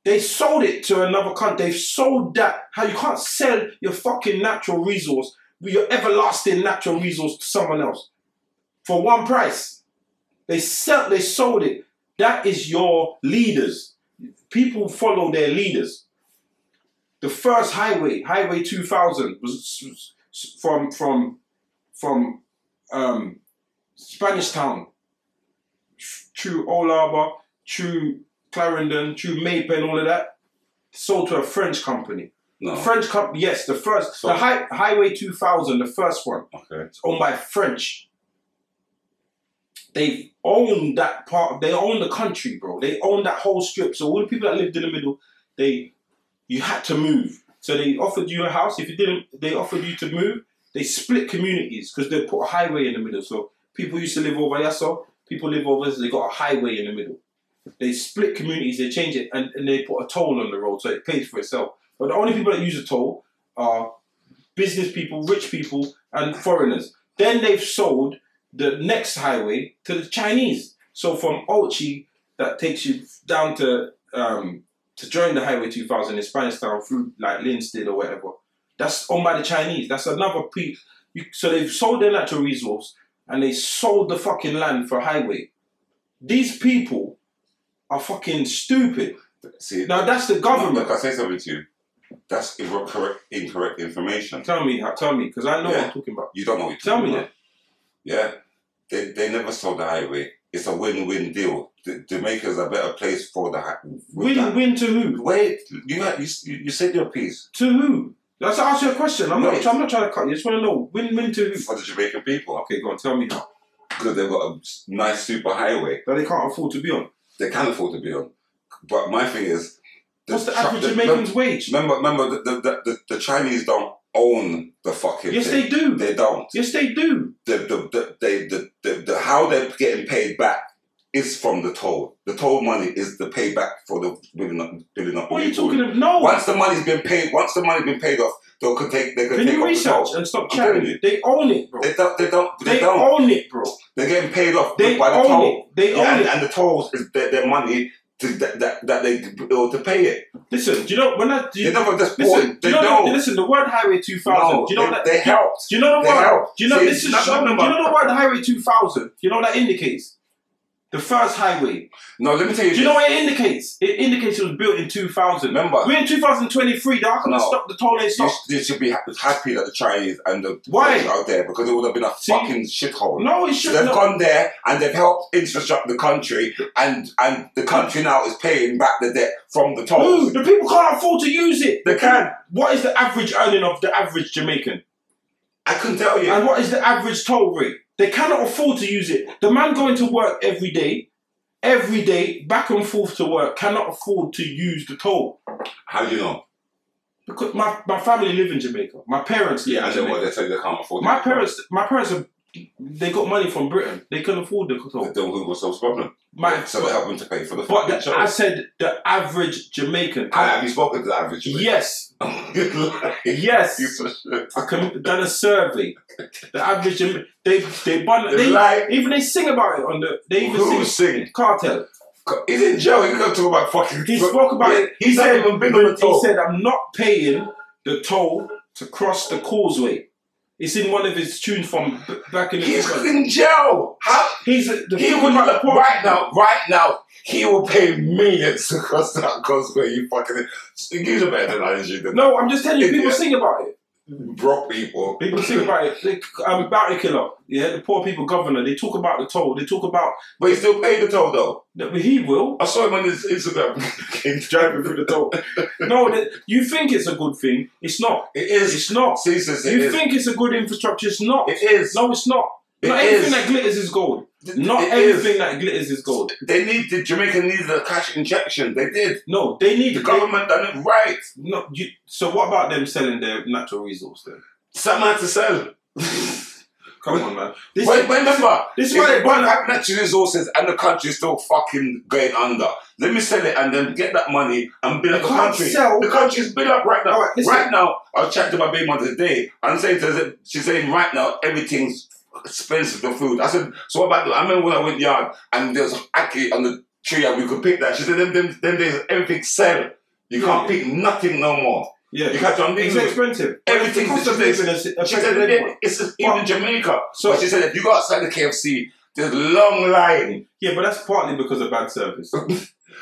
[SPEAKER 2] They sold it to another country. They've sold that. How you can't sell your fucking natural resource, your everlasting natural resource to someone else for one price. They sell. They sold it. That is your leaders. People follow their leaders. The first highway, Highway 2000, was s- s- from from from um, Spanish Town through Old Harbour, through Clarendon, through Maypen, all of that, sold to a French company.
[SPEAKER 1] No.
[SPEAKER 2] French company, yes, the first,
[SPEAKER 1] So-
[SPEAKER 2] the hi- Highway 2000, the first one,
[SPEAKER 1] okay.
[SPEAKER 2] it's owned by French. They own that part. They own the country, bro. They own that whole strip. So all the people that lived in the middle, they, you had to move. So they offered you a house. If you didn't, they offered you to move. They split communities because they put a highway in the middle. So people used to live over Yasso. People live over. So they got a highway in the middle. They split communities. They change it and, and they put a toll on the road, so it pays for itself. But the only people that use a toll are business people, rich people, and foreigners. Then they've sold the next highway to the Chinese. So from Ochi, that takes you down to um, to join the Highway 2000 in Spanish Town through like Linstead or whatever. That's owned by the Chinese. That's another pe You, so they've sold their natural resource and they sold the fucking land for highway. These people are fucking stupid.
[SPEAKER 1] See,
[SPEAKER 2] Now that's the
[SPEAKER 1] Look,
[SPEAKER 2] government.
[SPEAKER 1] I say something to you. That's incorrect, incorrect information.
[SPEAKER 2] Tell me, how- tell me, because I know what
[SPEAKER 1] Yeah.
[SPEAKER 2] I'm talking about.
[SPEAKER 1] You don't know what you're
[SPEAKER 2] Tell
[SPEAKER 1] talking
[SPEAKER 2] me
[SPEAKER 1] about. Yeah. They, they never sold the highway. It's a win-win deal. The, Jamaica's a better place for the hi- with
[SPEAKER 2] Win, win to who?
[SPEAKER 1] that. Wait, you, had, you you you said your piece
[SPEAKER 2] To who? That's I asked you a question. I'm
[SPEAKER 1] Right.
[SPEAKER 2] not. I'm not trying to cut you. I just want to know win win to who.
[SPEAKER 1] for the Jamaican people
[SPEAKER 2] Okay, go on. Tell me how.
[SPEAKER 1] because they've got a s- nice super highway.
[SPEAKER 2] That they can't afford to be on.
[SPEAKER 1] they can afford to be on. But my thing is,
[SPEAKER 2] What's the
[SPEAKER 1] Chi-
[SPEAKER 2] average Jamaican's wage?
[SPEAKER 1] Remember, remember, the, the, the, the, the Chinese don't own the fucking
[SPEAKER 2] Yes,
[SPEAKER 1] thing.
[SPEAKER 2] they do.
[SPEAKER 1] They don't.
[SPEAKER 2] yes, they do.
[SPEAKER 1] The, the, the, they, the, the, the, how they're getting paid back is from the toll. The toll money is the payback for the building up. Building up
[SPEAKER 2] What are you
[SPEAKER 1] people.
[SPEAKER 2] talking about? No.
[SPEAKER 1] Once the money's been paid, once the money's been paid off, they can take. They can,
[SPEAKER 2] Can
[SPEAKER 1] take
[SPEAKER 2] you
[SPEAKER 1] off the
[SPEAKER 2] research
[SPEAKER 1] toll.
[SPEAKER 2] and stop
[SPEAKER 1] I'm telling
[SPEAKER 2] chatting?
[SPEAKER 1] you.
[SPEAKER 2] They own it, bro.
[SPEAKER 1] They don't. They don't. They,
[SPEAKER 2] They
[SPEAKER 1] don't.
[SPEAKER 2] own it, bro.
[SPEAKER 1] They're getting paid off
[SPEAKER 2] They
[SPEAKER 1] by the
[SPEAKER 2] own
[SPEAKER 1] toll.
[SPEAKER 2] it. They
[SPEAKER 1] Yeah,
[SPEAKER 2] own
[SPEAKER 1] and,
[SPEAKER 2] it.
[SPEAKER 1] and the tolls is their, their money to, that, that that they or to pay it.
[SPEAKER 2] Listen, do you know when I do
[SPEAKER 1] They
[SPEAKER 2] you,
[SPEAKER 1] never just bought
[SPEAKER 2] listen?
[SPEAKER 1] it.
[SPEAKER 2] Do
[SPEAKER 1] They
[SPEAKER 2] you know?
[SPEAKER 1] don't.
[SPEAKER 2] Listen, the word Highway 2000.
[SPEAKER 1] No,
[SPEAKER 2] do you know
[SPEAKER 1] they,
[SPEAKER 2] that?
[SPEAKER 1] they
[SPEAKER 2] do, you-
[SPEAKER 1] helped.
[SPEAKER 2] do you know the
[SPEAKER 1] They
[SPEAKER 2] word?
[SPEAKER 1] helped.
[SPEAKER 2] Do you know
[SPEAKER 1] See,
[SPEAKER 2] this is?
[SPEAKER 1] not-
[SPEAKER 2] shocking.
[SPEAKER 1] not
[SPEAKER 2] do you
[SPEAKER 1] about-
[SPEAKER 2] know the word Highway 2000? You know what that indicates? The first highway.
[SPEAKER 1] No, let me tell you.
[SPEAKER 2] Do
[SPEAKER 1] this.
[SPEAKER 2] you know what it indicates? It indicates it was built in 2000.
[SPEAKER 1] Remember,
[SPEAKER 2] We're in 2023. How can I
[SPEAKER 1] No.
[SPEAKER 2] stop the toll ain't
[SPEAKER 1] you,
[SPEAKER 2] stop?
[SPEAKER 1] sh- you should be ha- happy that the Chinese and the
[SPEAKER 2] Why?
[SPEAKER 1] British are out there because it would have been a
[SPEAKER 2] See?
[SPEAKER 1] fucking shithole.
[SPEAKER 2] No, it
[SPEAKER 1] So
[SPEAKER 2] should
[SPEAKER 1] they've
[SPEAKER 2] not.
[SPEAKER 1] gone there and they've helped infrastructure the country, and and the country now is paying back the debt from the
[SPEAKER 2] No,
[SPEAKER 1] tolls.
[SPEAKER 2] the people can't afford to use it.
[SPEAKER 1] They can.
[SPEAKER 2] What is the average earning of the average Jamaican?
[SPEAKER 1] I can tell you.
[SPEAKER 2] And what is the average toll rate? They cannot afford to use it. The man going to work every day, every day, back and forth to work, cannot afford to use the toll.
[SPEAKER 1] How do you know?
[SPEAKER 2] Because my, my family live in Jamaica. My parents live
[SPEAKER 1] Yeah,
[SPEAKER 2] in
[SPEAKER 1] I know
[SPEAKER 2] Jamaica.
[SPEAKER 1] what they say. They can't afford.
[SPEAKER 2] My
[SPEAKER 1] it.
[SPEAKER 2] parents my parents are they got money from Britain. They can afford the toll.
[SPEAKER 1] Then who was the problem?
[SPEAKER 2] My,
[SPEAKER 1] So they help them to pay for the
[SPEAKER 2] but
[SPEAKER 1] fucking
[SPEAKER 2] the, I
[SPEAKER 1] show.
[SPEAKER 2] said the average Jamaican.
[SPEAKER 1] Have you spoken to the average?
[SPEAKER 2] yes,
[SPEAKER 1] yes.
[SPEAKER 2] yes.
[SPEAKER 1] You for sure.
[SPEAKER 2] I com- done a survey. The average Jama- they they bun
[SPEAKER 1] The
[SPEAKER 2] they
[SPEAKER 1] lie-
[SPEAKER 2] even they sing about it on the they even
[SPEAKER 1] Who
[SPEAKER 2] sing
[SPEAKER 1] sing?
[SPEAKER 2] cartel.
[SPEAKER 1] He's in jail. He's gonna talk about fucking.
[SPEAKER 2] He spoke about it.
[SPEAKER 1] He's not even been on the
[SPEAKER 2] He
[SPEAKER 1] toll.
[SPEAKER 2] said, "I'm not paying the toll to cross the causeway." It's in one of his tunes from b- back in the.
[SPEAKER 1] He's in jail. How?
[SPEAKER 2] he's a- the
[SPEAKER 1] He
[SPEAKER 2] thing
[SPEAKER 1] would
[SPEAKER 2] about the
[SPEAKER 1] not,
[SPEAKER 2] poor-
[SPEAKER 1] right now, right now, he will pay millions across that causeway. You fucking, you know better than I did. than
[SPEAKER 2] No, I'm just telling you, people
[SPEAKER 1] Idiot.
[SPEAKER 2] sing about it.
[SPEAKER 1] Broke people.
[SPEAKER 2] People sing about it. They, um, bounty killer, yeah, the poor people governor. They talk about the toll. They talk about
[SPEAKER 1] But he still paid the toll though.
[SPEAKER 2] that he will.
[SPEAKER 1] I saw him on his Instagram. He's driving through the toll.
[SPEAKER 2] No, that you think it's a good thing. It's not.
[SPEAKER 1] It is.
[SPEAKER 2] It's not.
[SPEAKER 1] See, says it
[SPEAKER 2] You
[SPEAKER 1] is.
[SPEAKER 2] think it's a good infrastructure? It's not.
[SPEAKER 1] It is.
[SPEAKER 2] no, it's not.
[SPEAKER 1] It
[SPEAKER 2] not
[SPEAKER 1] is.
[SPEAKER 2] everything that glitters is gold. Not
[SPEAKER 1] It is.
[SPEAKER 2] everything that glitters is gold.
[SPEAKER 1] They needed Jamaica needed a cash injection. They did.
[SPEAKER 2] No, they need
[SPEAKER 1] The
[SPEAKER 2] they-
[SPEAKER 1] government done it right.
[SPEAKER 2] No, you, so what about them selling their natural resource then?
[SPEAKER 1] Some had to sell.
[SPEAKER 2] Come
[SPEAKER 1] Well,
[SPEAKER 2] on, man. This,
[SPEAKER 1] Wait, remember, this
[SPEAKER 2] this is why they
[SPEAKER 1] is one
[SPEAKER 2] burn
[SPEAKER 1] have natural resources and the country is still fucking going under. Let me sell it and then get that money and build up
[SPEAKER 2] You
[SPEAKER 1] the
[SPEAKER 2] can't
[SPEAKER 1] country.
[SPEAKER 2] sell-
[SPEAKER 1] The country's built up right now.
[SPEAKER 2] Alright, listen.
[SPEAKER 1] right now, I was chatting to my baby mother today and saying to her, she's saying right now everything's expensive for food. I said, so what about the, I remember when I went yard and there's ackee on the tree and we could pick that. She said, then, then, then there's everything sell. You
[SPEAKER 2] Yeah,
[SPEAKER 1] can't
[SPEAKER 2] yeah.
[SPEAKER 1] pick nothing no more.
[SPEAKER 2] yeah,
[SPEAKER 1] You catch what I'm
[SPEAKER 2] it's
[SPEAKER 1] saying?
[SPEAKER 2] expensive.
[SPEAKER 1] Everything
[SPEAKER 2] The cost of
[SPEAKER 1] is-
[SPEAKER 2] living is
[SPEAKER 1] She
[SPEAKER 2] affecting
[SPEAKER 1] said,
[SPEAKER 2] everyone.
[SPEAKER 1] "Yeah, it's just even
[SPEAKER 2] But-
[SPEAKER 1] Jamaica.
[SPEAKER 2] so-
[SPEAKER 1] So she said, if you go outside the KFC, there's a long line.
[SPEAKER 2] Yeah, but that's partly because of bad service.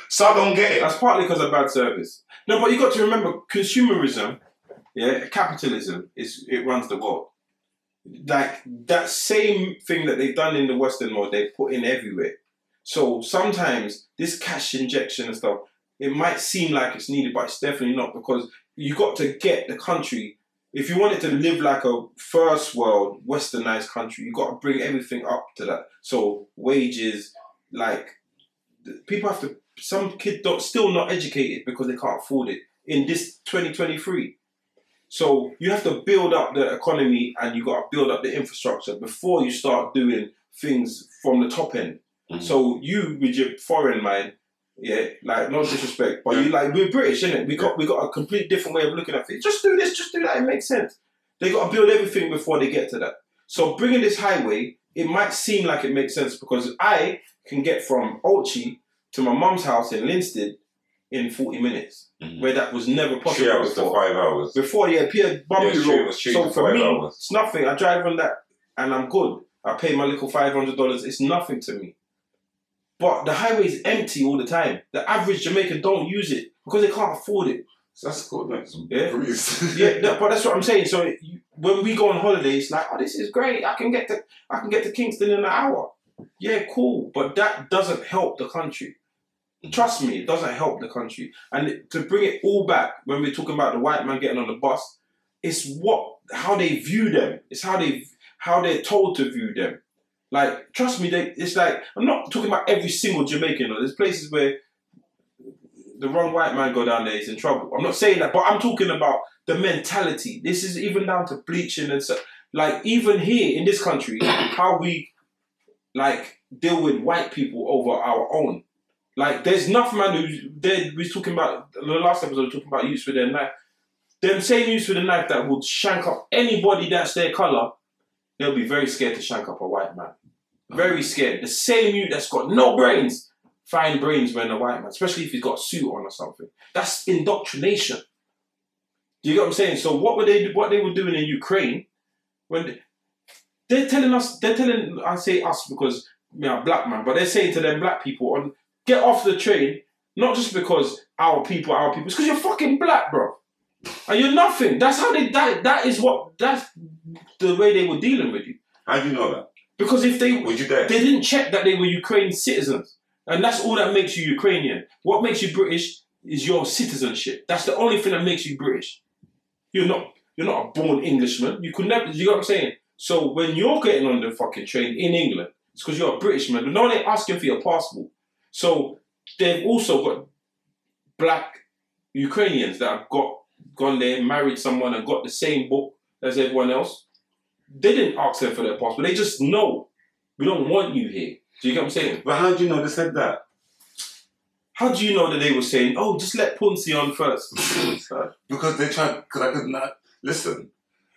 [SPEAKER 1] So I don't get it.
[SPEAKER 2] That's partly because of bad service. No, but you got to remember, consumerism, yeah, capitalism is it runs the world. Like that same thing that they've done in the Western world, they put in everywhere. So sometimes this cash injection and stuff, it might seem like it's needed, but it's definitely not because you got to get the country. If you want it to live like a first world westernized country, you got to bring everything up to that. So wages, like th- people have to some kid don't, still not educated because they can't afford it in this 2023. So you have to build up the economy and you got to build up the infrastructure before you start doing things from the top end.
[SPEAKER 1] Mhm.
[SPEAKER 2] So you with your foreign mind, yeah, like no disrespect, but you like we're British, innit? We got we got a complete different way of looking at things. Just do this, just do that. It makes sense. They got to build everything before they get to that. So bringing this highway, it might seem like it makes sense because I can get from Ochi to my mum's house in Linstead in 40 minutes,
[SPEAKER 1] Mhm.
[SPEAKER 2] where that was never possible
[SPEAKER 1] Three hours to
[SPEAKER 2] before.
[SPEAKER 1] five hours.
[SPEAKER 2] Before, yeah, Pierre
[SPEAKER 1] Yeah,
[SPEAKER 2] Bumpy
[SPEAKER 1] it's true,
[SPEAKER 2] Road.
[SPEAKER 1] it's true
[SPEAKER 2] So
[SPEAKER 1] to
[SPEAKER 2] for
[SPEAKER 1] five
[SPEAKER 2] me,
[SPEAKER 1] hours.
[SPEAKER 2] it's nothing. I drive on that and I'm good. I pay my little $500. It's nothing to me. But the highway is empty all the time. The average Jamaican don't use it because they can't afford it.
[SPEAKER 1] So that's cool, man. It's
[SPEAKER 2] Yeah.
[SPEAKER 1] breeze.
[SPEAKER 2] Yeah, that- but that's what I'm saying. So it- you- when we go on holiday, it's like, oh, this is great. I can get to I can get to Kingston in an hour. Yeah, cool. But that doesn't help the country. Trust me, it doesn't help the country. And it- to bring it all back, when we're talking about the white man getting on the bus, it's what how they view them. It's how they how they're told to view them. Like, trust me, they, it's like I'm not talking about every single Jamaican. There's places where the wrong white man go down there, he's in trouble. I'm not saying that, but I'm talking about the mentality. This is even down to bleaching and so, like even here in this country, how we like deal with white people over our own. Like there's enough man who they we was talking about the last episode we were talking about use with their knife. Them same use with a knife that would shank up anybody that's their colour, they'll be very scared to shank up a white man. Very scared. The same you that's got no brains, find brains when a white man, especially if he's got a suit on or something. That's indoctrination. Do you get what I'm saying? So what were they what they were doing in Ukraine when they- they're telling us they're telling I say us because we are black man, but they're saying to them black people on get off the train, not just because our people are our people, it's because you're fucking black, bro. And you're nothing. That's how they that that is what that's the way they were dealing with you.
[SPEAKER 1] How do you know that?
[SPEAKER 2] Because if they
[SPEAKER 1] Would you dare?
[SPEAKER 2] they didn't check that they were Ukrainian citizens. And that's all that makes you Ukrainian. What makes you British is your citizenship. That's the only thing that makes you British. You're not you're not a born Englishman. You could never you know what I'm saying? So when you're getting on the fucking train in England, it's because you're a British man. But no one ain't asking for your passport. So they've also got black Ukrainians that have got gone there, married someone and got the same book as everyone else. They didn't ask them for their passport. They just know we don't want you here. Do you get what I'm saying?
[SPEAKER 1] But how do you know they said that?
[SPEAKER 2] How do you know that they were saying, oh, just let Ponzi on first? So,
[SPEAKER 1] Because they tried. Because I could not listen.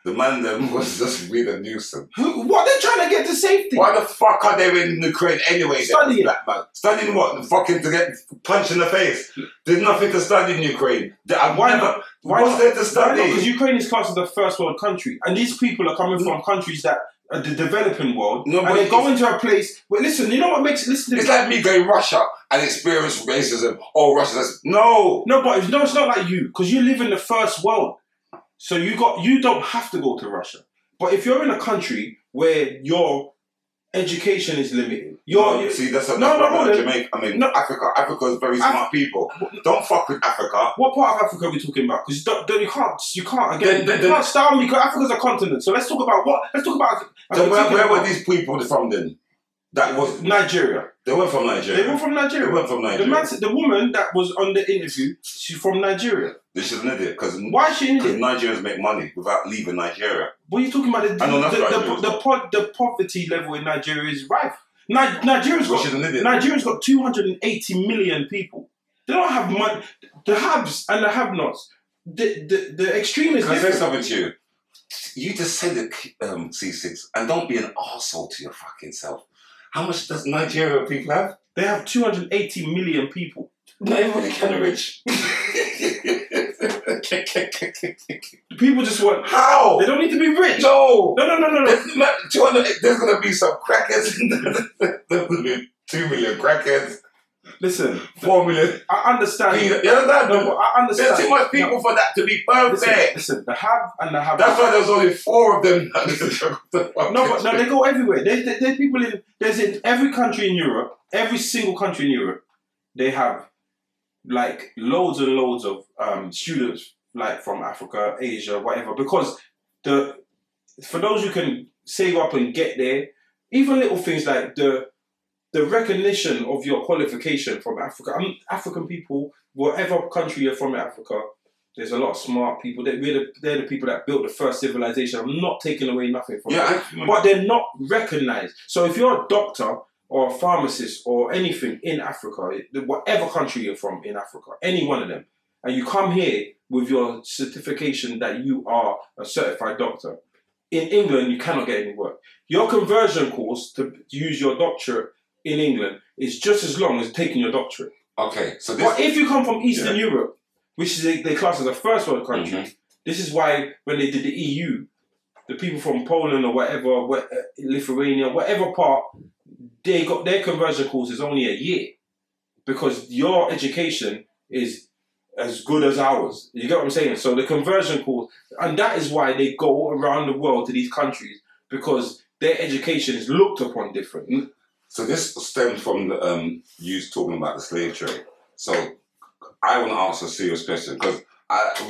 [SPEAKER 1] The man them was just really a nuisance.
[SPEAKER 2] Who, what? They're trying to get to safety.
[SPEAKER 1] Why the fuck are they in Ukraine anyway? then?
[SPEAKER 2] Studying.
[SPEAKER 1] black man. Studying what? Fucking to get punched in the face. There's nothing to study in Ukraine. There- I've
[SPEAKER 2] Why
[SPEAKER 1] never.
[SPEAKER 2] Why
[SPEAKER 1] what's
[SPEAKER 2] not?
[SPEAKER 1] there to study?
[SPEAKER 2] Because Ukraine is classed as a first world country, and these people are coming from countries that are the developing world,
[SPEAKER 1] No, but
[SPEAKER 2] and they
[SPEAKER 1] it's-
[SPEAKER 2] go into a place. But listen, you know what makes listen to
[SPEAKER 1] It's
[SPEAKER 2] me?
[SPEAKER 1] like me going Russia and experience racism. Oh, Russia's no.
[SPEAKER 2] no, but it's, no, it's not like you because you live in the first world, so you got you don't have to go to Russia. But if you're in a country where your education is limited, your
[SPEAKER 1] no, Oh, see, that's a
[SPEAKER 2] No,
[SPEAKER 1] that's
[SPEAKER 2] no,
[SPEAKER 1] what
[SPEAKER 2] no,
[SPEAKER 1] Jamaica. I mean,
[SPEAKER 2] no.
[SPEAKER 1] Africa. Africa is very
[SPEAKER 2] Af-
[SPEAKER 1] smart people. Don't fuck with Africa.
[SPEAKER 2] What part of Africa are we talking about? Because you, don't- don't- you can't, you can't
[SPEAKER 1] Then-
[SPEAKER 2] again,
[SPEAKER 1] then-
[SPEAKER 2] you can't style me. Because Africa's a continent, so let's talk about what? Let's talk about.
[SPEAKER 1] So
[SPEAKER 2] I'm
[SPEAKER 1] where,
[SPEAKER 2] talking
[SPEAKER 1] where were
[SPEAKER 2] about
[SPEAKER 1] these people from then? That was
[SPEAKER 2] Nigeria.
[SPEAKER 1] they weren't from Nigeria.
[SPEAKER 2] They were from
[SPEAKER 1] They
[SPEAKER 2] Nigeria.
[SPEAKER 1] weren't from
[SPEAKER 2] The,
[SPEAKER 1] Nigeria.
[SPEAKER 2] man, the woman that was on the interview, she's from Nigeria.
[SPEAKER 1] this is an idiot because
[SPEAKER 2] Why is she in
[SPEAKER 1] because
[SPEAKER 2] it?
[SPEAKER 1] Nigerians make money without leaving Nigeria.
[SPEAKER 2] What are you talking about? The,
[SPEAKER 1] I know that's
[SPEAKER 2] the,
[SPEAKER 1] right,
[SPEAKER 2] the,
[SPEAKER 1] Nigeria.
[SPEAKER 2] the po- the poverty level in Nigeria is rife. Ni- Nigeria's
[SPEAKER 1] Which
[SPEAKER 2] got
[SPEAKER 1] is an idiot.
[SPEAKER 2] Nigeria's got 280 million people. They don't have money. The Habs and the Have-nots. The the, the extreme is
[SPEAKER 1] Can I say
[SPEAKER 2] different.
[SPEAKER 1] something to you? You just said the um, C6 and don't be an arsehole to your fucking self. How much does Nigeria people have?
[SPEAKER 2] They have 280 million people.
[SPEAKER 1] Not everybody can be rich.
[SPEAKER 2] People just want.
[SPEAKER 1] How?
[SPEAKER 2] They don't need to be rich. No,
[SPEAKER 1] No.
[SPEAKER 2] no, no, no, no.
[SPEAKER 1] There's not- 200 There's gonna be some crackheads. There's gonna be two million crackheads,
[SPEAKER 2] Listen,
[SPEAKER 1] four million.
[SPEAKER 2] I understand.
[SPEAKER 1] You understand?
[SPEAKER 2] No, but I understand.
[SPEAKER 1] There's too much people for that to be
[SPEAKER 2] Listen,
[SPEAKER 1] perfect.
[SPEAKER 2] listen, the have and the have.
[SPEAKER 1] That's why there's only four of them.
[SPEAKER 2] No, but no, they go everywhere. There's, there- there's people in. There's in every country in Europe. Every single country in Europe, they have like loads and loads of um, students, like from Africa, Asia, whatever. Because the for those who can save up and get there, even little things like the the recognition of your qualification from Africa. I mean, African people, whatever country you're from in Africa, there's a lot of smart people. They're, we're the, they're the people that built the first civilization. I'm not taking away nothing from
[SPEAKER 1] Yeah,
[SPEAKER 2] them,
[SPEAKER 1] I,
[SPEAKER 2] but they're not recognized. So if you're a doctor or a pharmacist or anything in Africa, whatever country you're from in Africa, any one of them, and you come here with your certification that you are a certified doctor, in England you cannot get any work. Your conversion course to use your doctorate in England is just as long as taking your doctorate.
[SPEAKER 1] okay. So this.
[SPEAKER 2] But if you come from Eastern Europe, which is a, they class as a first world country,
[SPEAKER 1] Mm-hmm.
[SPEAKER 2] this is why when they did the EU, the people from Poland or whatever, wha- uh, Lithuania, whatever part, they got their conversion courses only a year because your education is as good as ours. You get what I'm saying? So the conversion course, and that is why they go around the world to these countries because their education is looked upon different.
[SPEAKER 1] Mm, So this stems from the, um, you talking about the slave trade. So I want to ask a serious question because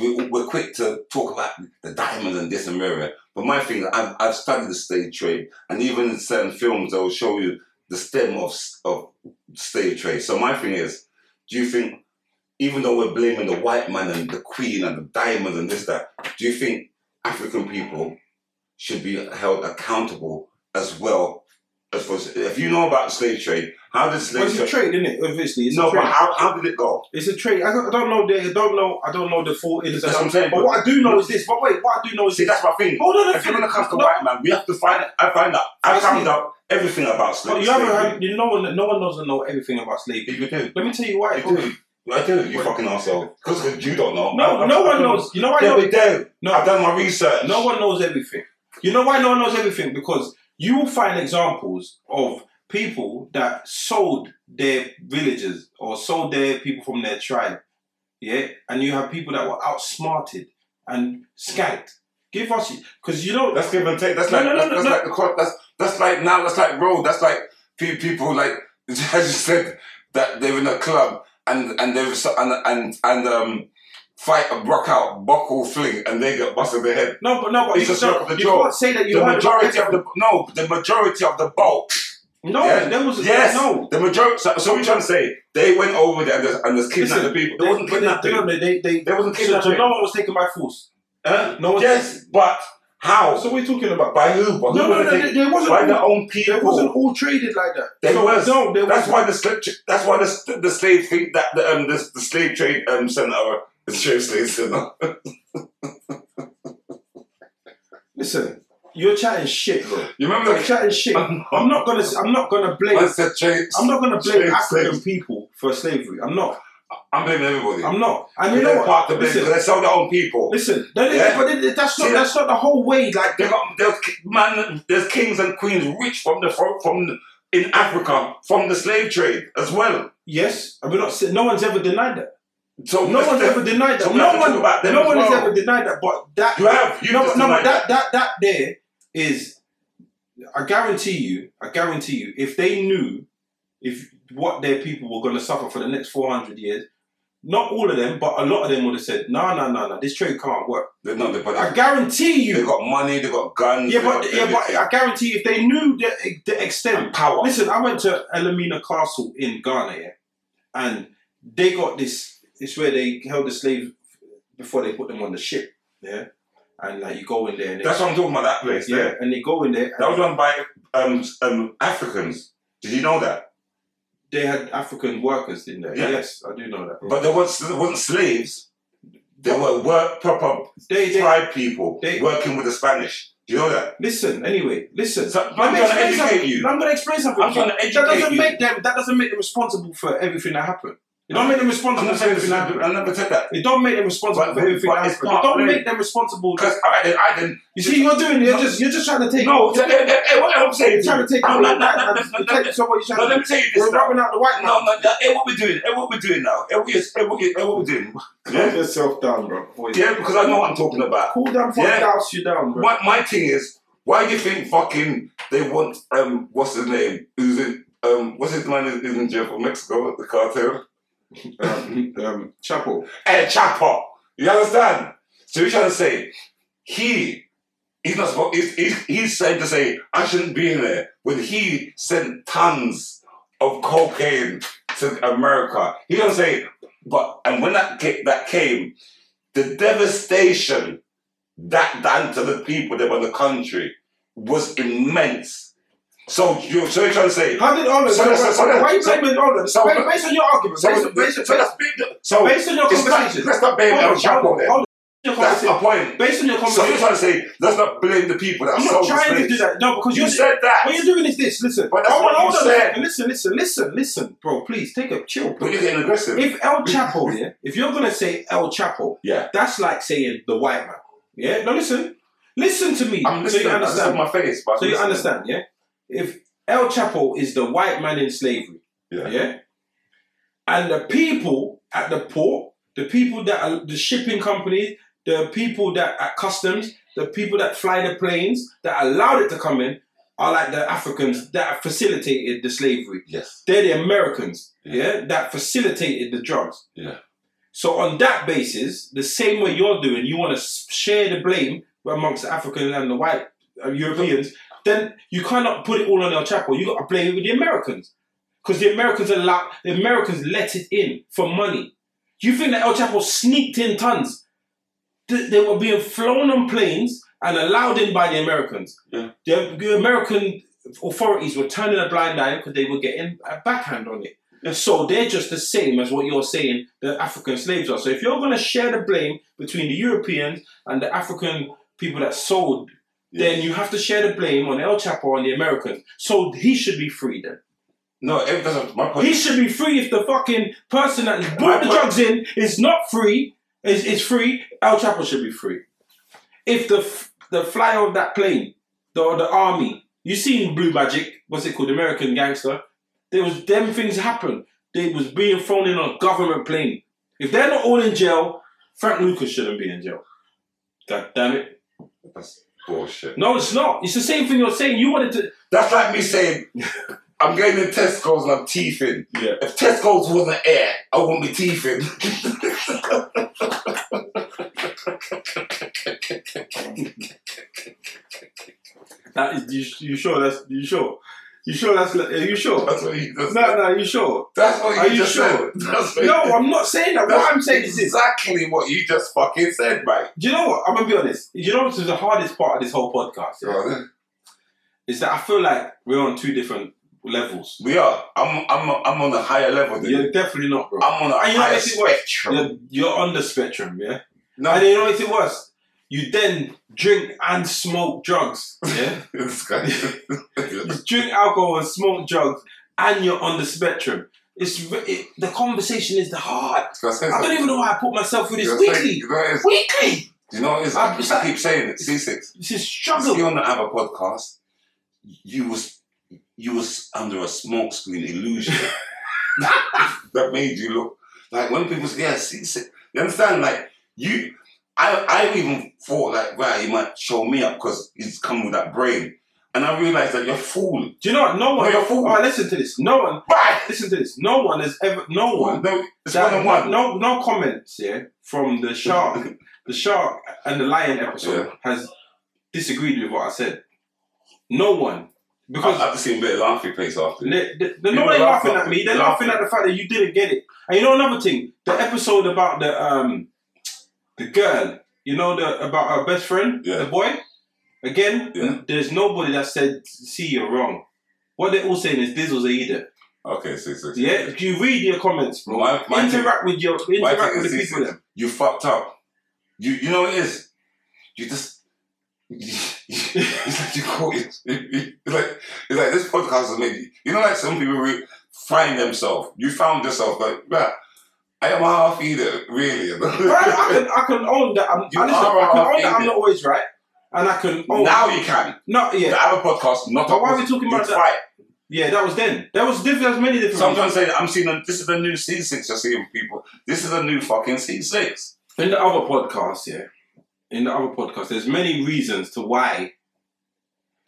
[SPEAKER 1] we, we're quick to talk about the diamonds and this and that. But my thing, I've, I've studied the slave trade, and even in certain films, they'll show you the stem of s- of slave trade. So my thing is, do you think even though we're blaming the white man and the queen and the diamonds and this that, do you think African people should be held accountable as well? As for, if you know about slave trade, how did
[SPEAKER 2] Well,
[SPEAKER 1] slave
[SPEAKER 2] it's a
[SPEAKER 1] trade?
[SPEAKER 2] trait, isn't it? Obviously, it's
[SPEAKER 1] No,
[SPEAKER 2] a trait.
[SPEAKER 1] but how, how did it go?
[SPEAKER 2] It's a trait. I don't I don't know the. I don't know. I don't know the full innocence.
[SPEAKER 1] That's what I'm saying,
[SPEAKER 2] But
[SPEAKER 1] but-
[SPEAKER 2] what I do know is this. But wait, what I do know is
[SPEAKER 1] See,
[SPEAKER 2] this.
[SPEAKER 1] that's my thing.
[SPEAKER 2] Hold on a
[SPEAKER 1] If you're
[SPEAKER 2] minute.
[SPEAKER 1] gonna come to
[SPEAKER 2] No,
[SPEAKER 1] white man, we have to find. I find out. I
[SPEAKER 2] That's
[SPEAKER 1] found
[SPEAKER 2] it.
[SPEAKER 1] out everything about
[SPEAKER 2] but
[SPEAKER 1] slavery.
[SPEAKER 2] Oh, you haven't heard. You no one. No one doesn't know everything about slavery.
[SPEAKER 1] You do.
[SPEAKER 2] Let me tell you why.
[SPEAKER 1] You do. I do. You fucking asshole. Because you don't know.
[SPEAKER 2] No,
[SPEAKER 1] I- I-
[SPEAKER 2] no
[SPEAKER 1] I-
[SPEAKER 2] one knows. You know why?
[SPEAKER 1] Yeah,
[SPEAKER 2] No,
[SPEAKER 1] we do. I've
[SPEAKER 2] no,
[SPEAKER 1] done my research.
[SPEAKER 2] no one knows everything. You know why no one knows everything? Because you will find examples of people that sold their villages or sold their people from their tribe. Yeah, and you have people that were outsmarted and skanked. Give us, because you know,
[SPEAKER 1] That's give and take. That's
[SPEAKER 2] No,
[SPEAKER 1] like
[SPEAKER 2] no, no,
[SPEAKER 1] that's,
[SPEAKER 2] no,
[SPEAKER 1] that's
[SPEAKER 2] no.
[SPEAKER 1] like the court. That's that's like now. That's like road. That's like pe- people like as you said that they're in a club and and they're so- and and and um fight a rock out buckle fling and they get busted their head.
[SPEAKER 2] No, but no, but
[SPEAKER 1] It's
[SPEAKER 2] you,
[SPEAKER 1] just
[SPEAKER 2] no,
[SPEAKER 1] not the
[SPEAKER 2] you
[SPEAKER 1] joke.
[SPEAKER 2] can't say that you
[SPEAKER 1] the
[SPEAKER 2] heard about
[SPEAKER 1] majority of the no, the majority of the bulk.
[SPEAKER 2] No,
[SPEAKER 1] Yeah.
[SPEAKER 2] there was
[SPEAKER 1] Yes,
[SPEAKER 2] no.
[SPEAKER 1] the majority. So, so we're trying to say they went over there and just, and just kidnapped
[SPEAKER 2] Listen,
[SPEAKER 1] the people. They wasn't kidnapping.
[SPEAKER 2] They, they, they,
[SPEAKER 1] They wasn't
[SPEAKER 2] so, so
[SPEAKER 1] kidnapping.
[SPEAKER 2] no one was taken by force.
[SPEAKER 1] Huh?
[SPEAKER 2] No one.
[SPEAKER 1] Yes, but how?
[SPEAKER 2] So we're talking about.
[SPEAKER 1] by who? By who were
[SPEAKER 2] No, no, no.
[SPEAKER 1] they
[SPEAKER 2] There, there wasn't.
[SPEAKER 1] by their
[SPEAKER 2] All,
[SPEAKER 1] own people.
[SPEAKER 2] there wasn't all traded like that.
[SPEAKER 1] They
[SPEAKER 2] so,
[SPEAKER 1] was.
[SPEAKER 2] No, there
[SPEAKER 1] That's
[SPEAKER 2] was.
[SPEAKER 1] why the slave. Tra- that's why the, the slave thing that the um the, the slave trade um center or the slave slave center.
[SPEAKER 2] Listen, you're chatting shit, bro.
[SPEAKER 1] You remember
[SPEAKER 2] You're
[SPEAKER 1] the
[SPEAKER 2] chatting shit. I'm not gonna. I'm not gonna
[SPEAKER 1] I
[SPEAKER 2] blame.
[SPEAKER 1] said trade.
[SPEAKER 2] I'm not gonna blame
[SPEAKER 1] Slaves,
[SPEAKER 2] African
[SPEAKER 1] slaves.
[SPEAKER 2] people for slavery. I'm not.
[SPEAKER 1] I'm blaming everybody.
[SPEAKER 2] I'm not. And you know
[SPEAKER 1] they're part
[SPEAKER 2] what?
[SPEAKER 1] of the
[SPEAKER 2] Listen,
[SPEAKER 1] because they sold their own people.
[SPEAKER 2] listen. No, no,
[SPEAKER 1] Yeah.
[SPEAKER 2] But it- that's not.
[SPEAKER 1] See,
[SPEAKER 2] That's not the whole way. Like
[SPEAKER 1] They got there's ki- man. There's kings and queens rich from the fro- from the- in Africa from the slave trade as well.
[SPEAKER 2] yes, and we're not. saying- No one's ever denied that.
[SPEAKER 1] So
[SPEAKER 2] No one's ever denied that.
[SPEAKER 1] so we have
[SPEAKER 2] no
[SPEAKER 1] to talk
[SPEAKER 2] one,
[SPEAKER 1] about them
[SPEAKER 2] no
[SPEAKER 1] as
[SPEAKER 2] one has
[SPEAKER 1] well.
[SPEAKER 2] ever denied that. But that,
[SPEAKER 1] You have you
[SPEAKER 2] no,
[SPEAKER 1] just
[SPEAKER 2] no,
[SPEAKER 1] denied
[SPEAKER 2] but that, that, that there is. I guarantee you. I guarantee you. If they knew, if what their people were going to suffer for the next four hundred years, not all of them, but a lot of them would have said, "No, no, no, no. This trade can't work."
[SPEAKER 1] They're not. They, but
[SPEAKER 2] I
[SPEAKER 1] they,
[SPEAKER 2] guarantee
[SPEAKER 1] they
[SPEAKER 2] you.
[SPEAKER 1] got money. They got guns.
[SPEAKER 2] Yeah,
[SPEAKER 1] they
[SPEAKER 2] but
[SPEAKER 1] got
[SPEAKER 2] yeah, but
[SPEAKER 1] everything.
[SPEAKER 2] I guarantee if they knew the, the extent
[SPEAKER 1] and power.
[SPEAKER 2] Listen, I went to Elamina Castle in Ghana, yeah, and they got this. It's where they held the slaves before they put them on the ship, yeah. And like you go in there, and they,
[SPEAKER 1] That's what I'm talking about. That place.
[SPEAKER 2] yeah,
[SPEAKER 1] there.
[SPEAKER 2] and they go in there.
[SPEAKER 1] That was
[SPEAKER 2] And
[SPEAKER 1] run by um, um, Africans. Did you know that?
[SPEAKER 2] they had African workers in there.
[SPEAKER 1] Yeah.
[SPEAKER 2] Yes, I do know that.
[SPEAKER 1] But there, was, there wasn't slaves. There were work, proper
[SPEAKER 2] they, they
[SPEAKER 1] tribe people
[SPEAKER 2] They-
[SPEAKER 1] working with the Spanish. Do you know that?
[SPEAKER 2] listen anyway. Listen,
[SPEAKER 1] So, I'm trying to
[SPEAKER 2] Let me explain
[SPEAKER 1] educate
[SPEAKER 2] something.
[SPEAKER 1] you.
[SPEAKER 2] I'm gonna explain something.
[SPEAKER 1] I'm
[SPEAKER 2] to
[SPEAKER 1] trying to
[SPEAKER 2] you. that doesn't
[SPEAKER 1] educate you.
[SPEAKER 2] make them. That doesn't make them responsible for everything that happened. It don't make them
[SPEAKER 1] I'm
[SPEAKER 2] responsible
[SPEAKER 1] not
[SPEAKER 2] for
[SPEAKER 1] saying this.
[SPEAKER 2] everything
[SPEAKER 1] is-
[SPEAKER 2] that happened.
[SPEAKER 1] I never said that.
[SPEAKER 2] It don't make them responsible
[SPEAKER 1] But-
[SPEAKER 2] for everything
[SPEAKER 1] but
[SPEAKER 2] that
[SPEAKER 1] it's
[SPEAKER 2] happened. It don't
[SPEAKER 1] partly-
[SPEAKER 2] make them responsible.
[SPEAKER 1] Because all right, then, I didn't.
[SPEAKER 2] You see, you're doing. You're just. You're just trying to take.
[SPEAKER 1] No, t- eh, eh, eh, what I'm saying.
[SPEAKER 2] You're
[SPEAKER 1] is- No,
[SPEAKER 2] trying to take
[SPEAKER 1] no,
[SPEAKER 2] out
[SPEAKER 1] no,
[SPEAKER 2] like
[SPEAKER 1] no,
[SPEAKER 2] that.
[SPEAKER 1] no,
[SPEAKER 2] and
[SPEAKER 1] no,
[SPEAKER 2] you're
[SPEAKER 1] no,
[SPEAKER 2] taking somebody
[SPEAKER 1] no,
[SPEAKER 2] trying
[SPEAKER 1] let
[SPEAKER 2] to.
[SPEAKER 1] me tell you
[SPEAKER 2] We're
[SPEAKER 1] this. now.
[SPEAKER 2] rubbing out the white
[SPEAKER 1] No, no, no, eh, what we're doing, eh, what we're doing now, eh, what we- eh, what we- eh, what we're doing. Yeah?
[SPEAKER 2] yourself down, bro.
[SPEAKER 1] yeah, because I know what I'm talking about.
[SPEAKER 2] Cool down, fuck
[SPEAKER 1] Yeah.
[SPEAKER 2] douse you down, bro.
[SPEAKER 1] My, my thing is, why do you think fucking they want um what's his name? Who's in um what's his man is, is in jail for Mexico, the cartel?
[SPEAKER 2] Um, um, Chapel.
[SPEAKER 1] El Chapo. You understand? So you're trying to say he he's not supposed he's, he's, he's said to say I shouldn't be in there when he sent tons of cocaine to America. He gonna say but and when that ca- that came, the devastation that done to the people that were in the country was immense. So you so you're trying to say
[SPEAKER 2] How did Olin?
[SPEAKER 1] So-
[SPEAKER 2] So,
[SPEAKER 1] so- so-
[SPEAKER 2] why are you
[SPEAKER 1] so-
[SPEAKER 2] blaming Olin?
[SPEAKER 1] so-
[SPEAKER 2] based, based on your argument,
[SPEAKER 1] so,
[SPEAKER 2] based, based,
[SPEAKER 1] so
[SPEAKER 2] based,
[SPEAKER 1] that's big so
[SPEAKER 2] based on your
[SPEAKER 1] it's not-
[SPEAKER 2] conversation.
[SPEAKER 1] let's not blame
[SPEAKER 2] Hold on,
[SPEAKER 1] El Chapo
[SPEAKER 2] hold on,
[SPEAKER 1] then.
[SPEAKER 2] hold on.
[SPEAKER 1] That's my point.
[SPEAKER 2] Based on your
[SPEAKER 1] So you're
[SPEAKER 2] conversation,
[SPEAKER 1] trying to say let's not blame the people that
[SPEAKER 2] I'm not
[SPEAKER 1] sold
[SPEAKER 2] trying to
[SPEAKER 1] the
[SPEAKER 2] do
[SPEAKER 1] slaves.
[SPEAKER 2] that. No, because
[SPEAKER 1] You
[SPEAKER 2] you're
[SPEAKER 1] said
[SPEAKER 2] What
[SPEAKER 1] that,
[SPEAKER 2] you're doing is this. Listen,
[SPEAKER 1] But that's
[SPEAKER 2] hold
[SPEAKER 1] what you
[SPEAKER 2] on, hold on a
[SPEAKER 1] said.
[SPEAKER 2] second. Listen, listen, listen, listen, bro. Please take a chill.
[SPEAKER 1] but
[SPEAKER 2] Bro.
[SPEAKER 1] you're getting aggressive.
[SPEAKER 2] If El Chapo, yeah, if you're gonna say El Chapo,
[SPEAKER 1] Yeah.
[SPEAKER 2] that's like saying the white man. Yeah, no, listen, listen to me.
[SPEAKER 1] I'm listening.
[SPEAKER 2] So you
[SPEAKER 1] I just said
[SPEAKER 2] understand?
[SPEAKER 1] my face, but I'm
[SPEAKER 2] So you
[SPEAKER 1] listening.
[SPEAKER 2] understand? Yeah. If El Chapo is the white man in slavery,
[SPEAKER 1] Yeah.
[SPEAKER 2] and the people at the port, the people that are the shipping companies, the people that at customs, the people that fly the planes that allowed it to come in, are like the Africans that facilitated the slavery
[SPEAKER 1] Yes.
[SPEAKER 2] they're the Americans,
[SPEAKER 1] Yeah.
[SPEAKER 2] yeah. that facilitated the drugs.
[SPEAKER 1] Yeah.
[SPEAKER 2] So on that basis, the same way you're doing, you want to share the blame amongst the African and the white uh, Europeans. Then you cannot put it all on El Chapo. You got to blame it with the Americans because the Americans allow the Americans let it in for money. Do you think that El Chapo sneaked in tons? Th- They were being flown on planes and allowed in by the Americans.
[SPEAKER 1] Yeah.
[SPEAKER 2] The, the American authorities were turning a blind eye because they were getting a backhand on it.
[SPEAKER 1] Yeah.
[SPEAKER 2] So they're just the same as what you're saying the African slaves are. So if you're going to share the blame between the Europeans and the African people that sold, then you have to share the blame on El Chapo and the Americans. So he should be free then.
[SPEAKER 1] No, it doesn't. My point.
[SPEAKER 2] He should be free if the fucking person that brought the drugs in is not free. Is is free. El Chapo should be free. If the f- the flyer of that plane, the the army, you seen Blue Magic? What's it called? American Gangster. There was them things happen. They was being thrown in on a government plane. If they're not all in jail, Frank Lucas shouldn't be in jail. God damn it!
[SPEAKER 1] That's bullshit.
[SPEAKER 2] No, it's not. It's the same thing you're saying. You wanted to.
[SPEAKER 1] That's like me saying, I'm getting in Tesco's and I'm teething.
[SPEAKER 2] Yeah.
[SPEAKER 1] If Tesco's wasn't air, I wouldn't be teething.
[SPEAKER 2] That is, you, you sure? That's you sure? You sure? That's are you sure?
[SPEAKER 1] That's what you just
[SPEAKER 2] No,
[SPEAKER 1] said.
[SPEAKER 2] no, you sure?
[SPEAKER 1] That's what
[SPEAKER 2] Are
[SPEAKER 1] you
[SPEAKER 2] you
[SPEAKER 1] just
[SPEAKER 2] sure?
[SPEAKER 1] said. That's what
[SPEAKER 2] No, I'm not saying that. What I'm saying is this.
[SPEAKER 1] exactly what you just fucking said, mate.
[SPEAKER 2] Do you know what? I'm gonna be honest. You know what's the hardest part of this whole podcast yeah? is that I feel like we're on two different levels.
[SPEAKER 1] We are. I'm. I'm. I'm on a higher level than you.
[SPEAKER 2] You're definitely not, bro.
[SPEAKER 1] I'm on a
[SPEAKER 2] And you know
[SPEAKER 1] higher
[SPEAKER 2] what makes it worse?
[SPEAKER 1] spectrum.
[SPEAKER 2] You're, you're on the spectrum, yeah.
[SPEAKER 1] No,
[SPEAKER 2] And you know what's it worse? You then drink and smoke drugs. Yeah,
[SPEAKER 1] this guy.
[SPEAKER 2] you drink alcohol and smoke drugs, and you're on the spectrum. It's re- it, the conversation is the hard. I don't even know why I put myself through this weekly.
[SPEAKER 1] You know what it is?
[SPEAKER 2] Weekly.
[SPEAKER 1] You know what it is?
[SPEAKER 2] I'm
[SPEAKER 1] I,
[SPEAKER 2] just
[SPEAKER 1] I
[SPEAKER 2] like-
[SPEAKER 1] keep saying it. C6.
[SPEAKER 2] This is
[SPEAKER 1] If
[SPEAKER 2] struggle.
[SPEAKER 1] you on the other podcast, you was you was under a smokescreen illusion that made you look like when people say, "Yeah, C6." You understand? Like you, I, I even thought like, "Wow, he might show me up because he's come with that brain," and I realized that you're a fool.
[SPEAKER 2] Do you know what? No
[SPEAKER 1] No,
[SPEAKER 2] one.
[SPEAKER 1] you're a fool.
[SPEAKER 2] Alright, Oh, listen to this. No one.
[SPEAKER 1] Bye.
[SPEAKER 2] Listen to this. No one has ever. No one.
[SPEAKER 1] No, it's
[SPEAKER 2] that-
[SPEAKER 1] one on one.
[SPEAKER 2] No, no comments. Yeah, from the shark, the shark and the lion episode has disagreed with what I said. No one,
[SPEAKER 1] I've
[SPEAKER 2] because
[SPEAKER 1] I've seen a bit of laughing face after. this.
[SPEAKER 2] they, they,
[SPEAKER 1] People
[SPEAKER 2] they're not only
[SPEAKER 1] laugh
[SPEAKER 2] laughing
[SPEAKER 1] at
[SPEAKER 2] at me.
[SPEAKER 1] it.
[SPEAKER 2] They're
[SPEAKER 1] Laugh
[SPEAKER 2] laughing at the fact that you didn't get it. And you know another thing, the episode about the um, the girl. You know the about her best friend,
[SPEAKER 1] Yeah.
[SPEAKER 2] the boy. Again,
[SPEAKER 1] Yeah.
[SPEAKER 2] there's nobody that said, "See, you're wrong." What they're all saying is, "This was a either."
[SPEAKER 1] Okay, C6.
[SPEAKER 2] Yeah, if you read your comments, bro.
[SPEAKER 1] My, my thing-
[SPEAKER 2] interact with your
[SPEAKER 1] my
[SPEAKER 2] interact
[SPEAKER 1] thing
[SPEAKER 2] with
[SPEAKER 1] is
[SPEAKER 2] the
[SPEAKER 1] this,
[SPEAKER 2] people.
[SPEAKER 1] is
[SPEAKER 2] Them.
[SPEAKER 1] you fucked up. You you know what it is. You just it's like you caught it. It's like it's like this podcast has made you. You know, like some people re- find themselves. You found yourself like, right, I am a half either, really.
[SPEAKER 2] But I, I can I can own that I'm I,
[SPEAKER 1] You
[SPEAKER 2] listen,
[SPEAKER 1] are
[SPEAKER 2] I can own that
[SPEAKER 1] offended.
[SPEAKER 2] I'm not always right, and I can own
[SPEAKER 1] now you can.
[SPEAKER 2] no yeah
[SPEAKER 1] The other podcast, not.
[SPEAKER 2] But why
[SPEAKER 1] a-
[SPEAKER 2] are we talking
[SPEAKER 1] you
[SPEAKER 2] about that?
[SPEAKER 1] fight.
[SPEAKER 2] yeah that was then there was different there was many different
[SPEAKER 1] Sometimes say I'm seeing a, this is a new C six. You're seeing people. This is a new fucking C six.
[SPEAKER 2] in the other podcast yeah in the other podcast there's many reasons to why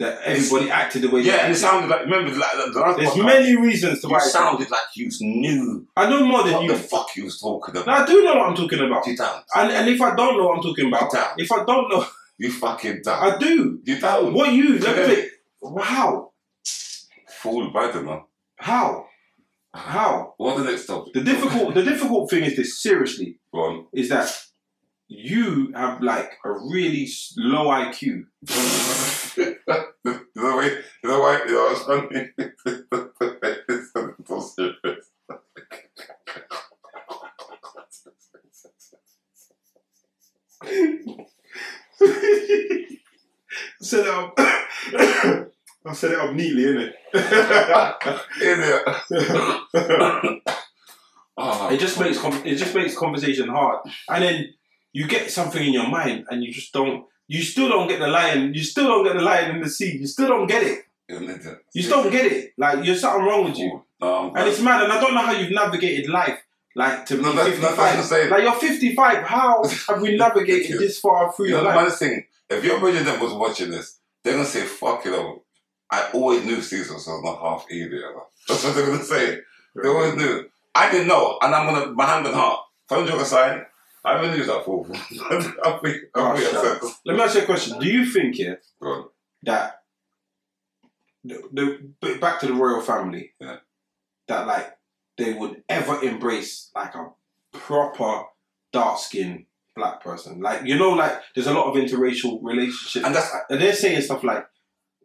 [SPEAKER 2] that everybody acted the way
[SPEAKER 1] Yeah,
[SPEAKER 2] they
[SPEAKER 1] and it
[SPEAKER 2] acted.
[SPEAKER 1] sounded like remember like, the last
[SPEAKER 2] there's
[SPEAKER 1] podcast.
[SPEAKER 2] many reasons to why
[SPEAKER 1] You sounded like you knew
[SPEAKER 2] I know more than
[SPEAKER 1] what
[SPEAKER 2] you
[SPEAKER 1] the fuck you was talking
[SPEAKER 2] No,
[SPEAKER 1] about.
[SPEAKER 2] I do know what I'm talking about
[SPEAKER 1] You don't.
[SPEAKER 2] and and if I don't know what I'm talking
[SPEAKER 1] You
[SPEAKER 2] about
[SPEAKER 1] don't.
[SPEAKER 2] if I don't know
[SPEAKER 1] You fucking don't.
[SPEAKER 2] I do
[SPEAKER 1] You don't.
[SPEAKER 2] what you
[SPEAKER 1] You
[SPEAKER 2] let
[SPEAKER 1] don't.
[SPEAKER 2] me think. how
[SPEAKER 1] Fool, I don't know.
[SPEAKER 2] how how
[SPEAKER 1] What's the next topic?
[SPEAKER 2] The difficult, the difficult thing is this. Seriously,
[SPEAKER 1] Go on.
[SPEAKER 2] is that you have like a really s- low IQ.
[SPEAKER 1] you know what? You know what? You know what's funny? It's so serious.
[SPEAKER 2] set it up. I set it up neatly, innit? it
[SPEAKER 1] Isn't it? Oh,
[SPEAKER 2] just makes com- it just makes conversation hard, and then you get something in your mind, and you just don't. You still don't get the lion. You still don't get the lion in the sea. You still don't get it.
[SPEAKER 1] Isn't it?
[SPEAKER 2] You still don't get it. Like you're something wrong with you,
[SPEAKER 1] No, I'm
[SPEAKER 2] and it's mad. And I don't know how you've navigated life. Like to be
[SPEAKER 1] no, that's, that's
[SPEAKER 2] 55.
[SPEAKER 1] what I'm saying.
[SPEAKER 2] Like you're 55. How have we navigated this far through
[SPEAKER 1] You
[SPEAKER 2] your
[SPEAKER 1] know, the
[SPEAKER 2] life?
[SPEAKER 1] maddest thing, if your president was watching this, they're gonna say, fuck it up. I always knew Caesar was not half either. That's what they're gonna say. They always knew. I didn't know, and I'm gonna, my hand on heart, phone joke aside, I haven't used that fool. I'll be, I'll be
[SPEAKER 2] Oh, shut
[SPEAKER 1] upset.
[SPEAKER 2] Let me ask you a question. Do you think yeah
[SPEAKER 1] Go on.
[SPEAKER 2] that the, the but back to the royal family
[SPEAKER 1] Yeah.
[SPEAKER 2] that like they would ever embrace like a proper dark skinned black person. Like you know, like there's a lot of interracial relationships,
[SPEAKER 1] And
[SPEAKER 2] and,
[SPEAKER 1] that's
[SPEAKER 2] they're saying stuff like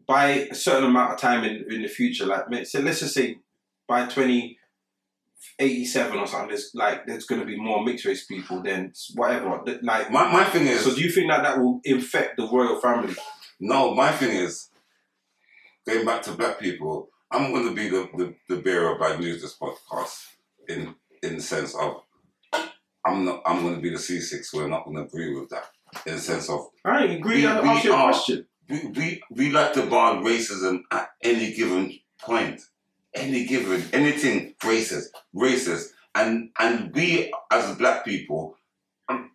[SPEAKER 2] by a certain amount of time in, in the future, like ma- so let's just say by twenty eighty seven or something, there's like there's going to be more mixed race people than whatever. Th- Like,
[SPEAKER 1] my, my thing is
[SPEAKER 2] so do you think that that will infect the royal family?
[SPEAKER 1] No, my thing is, going back to black people, I'm going to be the, the, the bearer of bad news this podcast in in the sense of I'm not I'm going to be the C6. We're not going to agree with that in the sense of
[SPEAKER 2] I agree.
[SPEAKER 1] We-
[SPEAKER 2] I
[SPEAKER 1] we
[SPEAKER 2] asked you a
[SPEAKER 1] are-
[SPEAKER 2] question.
[SPEAKER 1] we we, we like to bar racism at any given point, any given anything racist, racist, and and we as black people, um,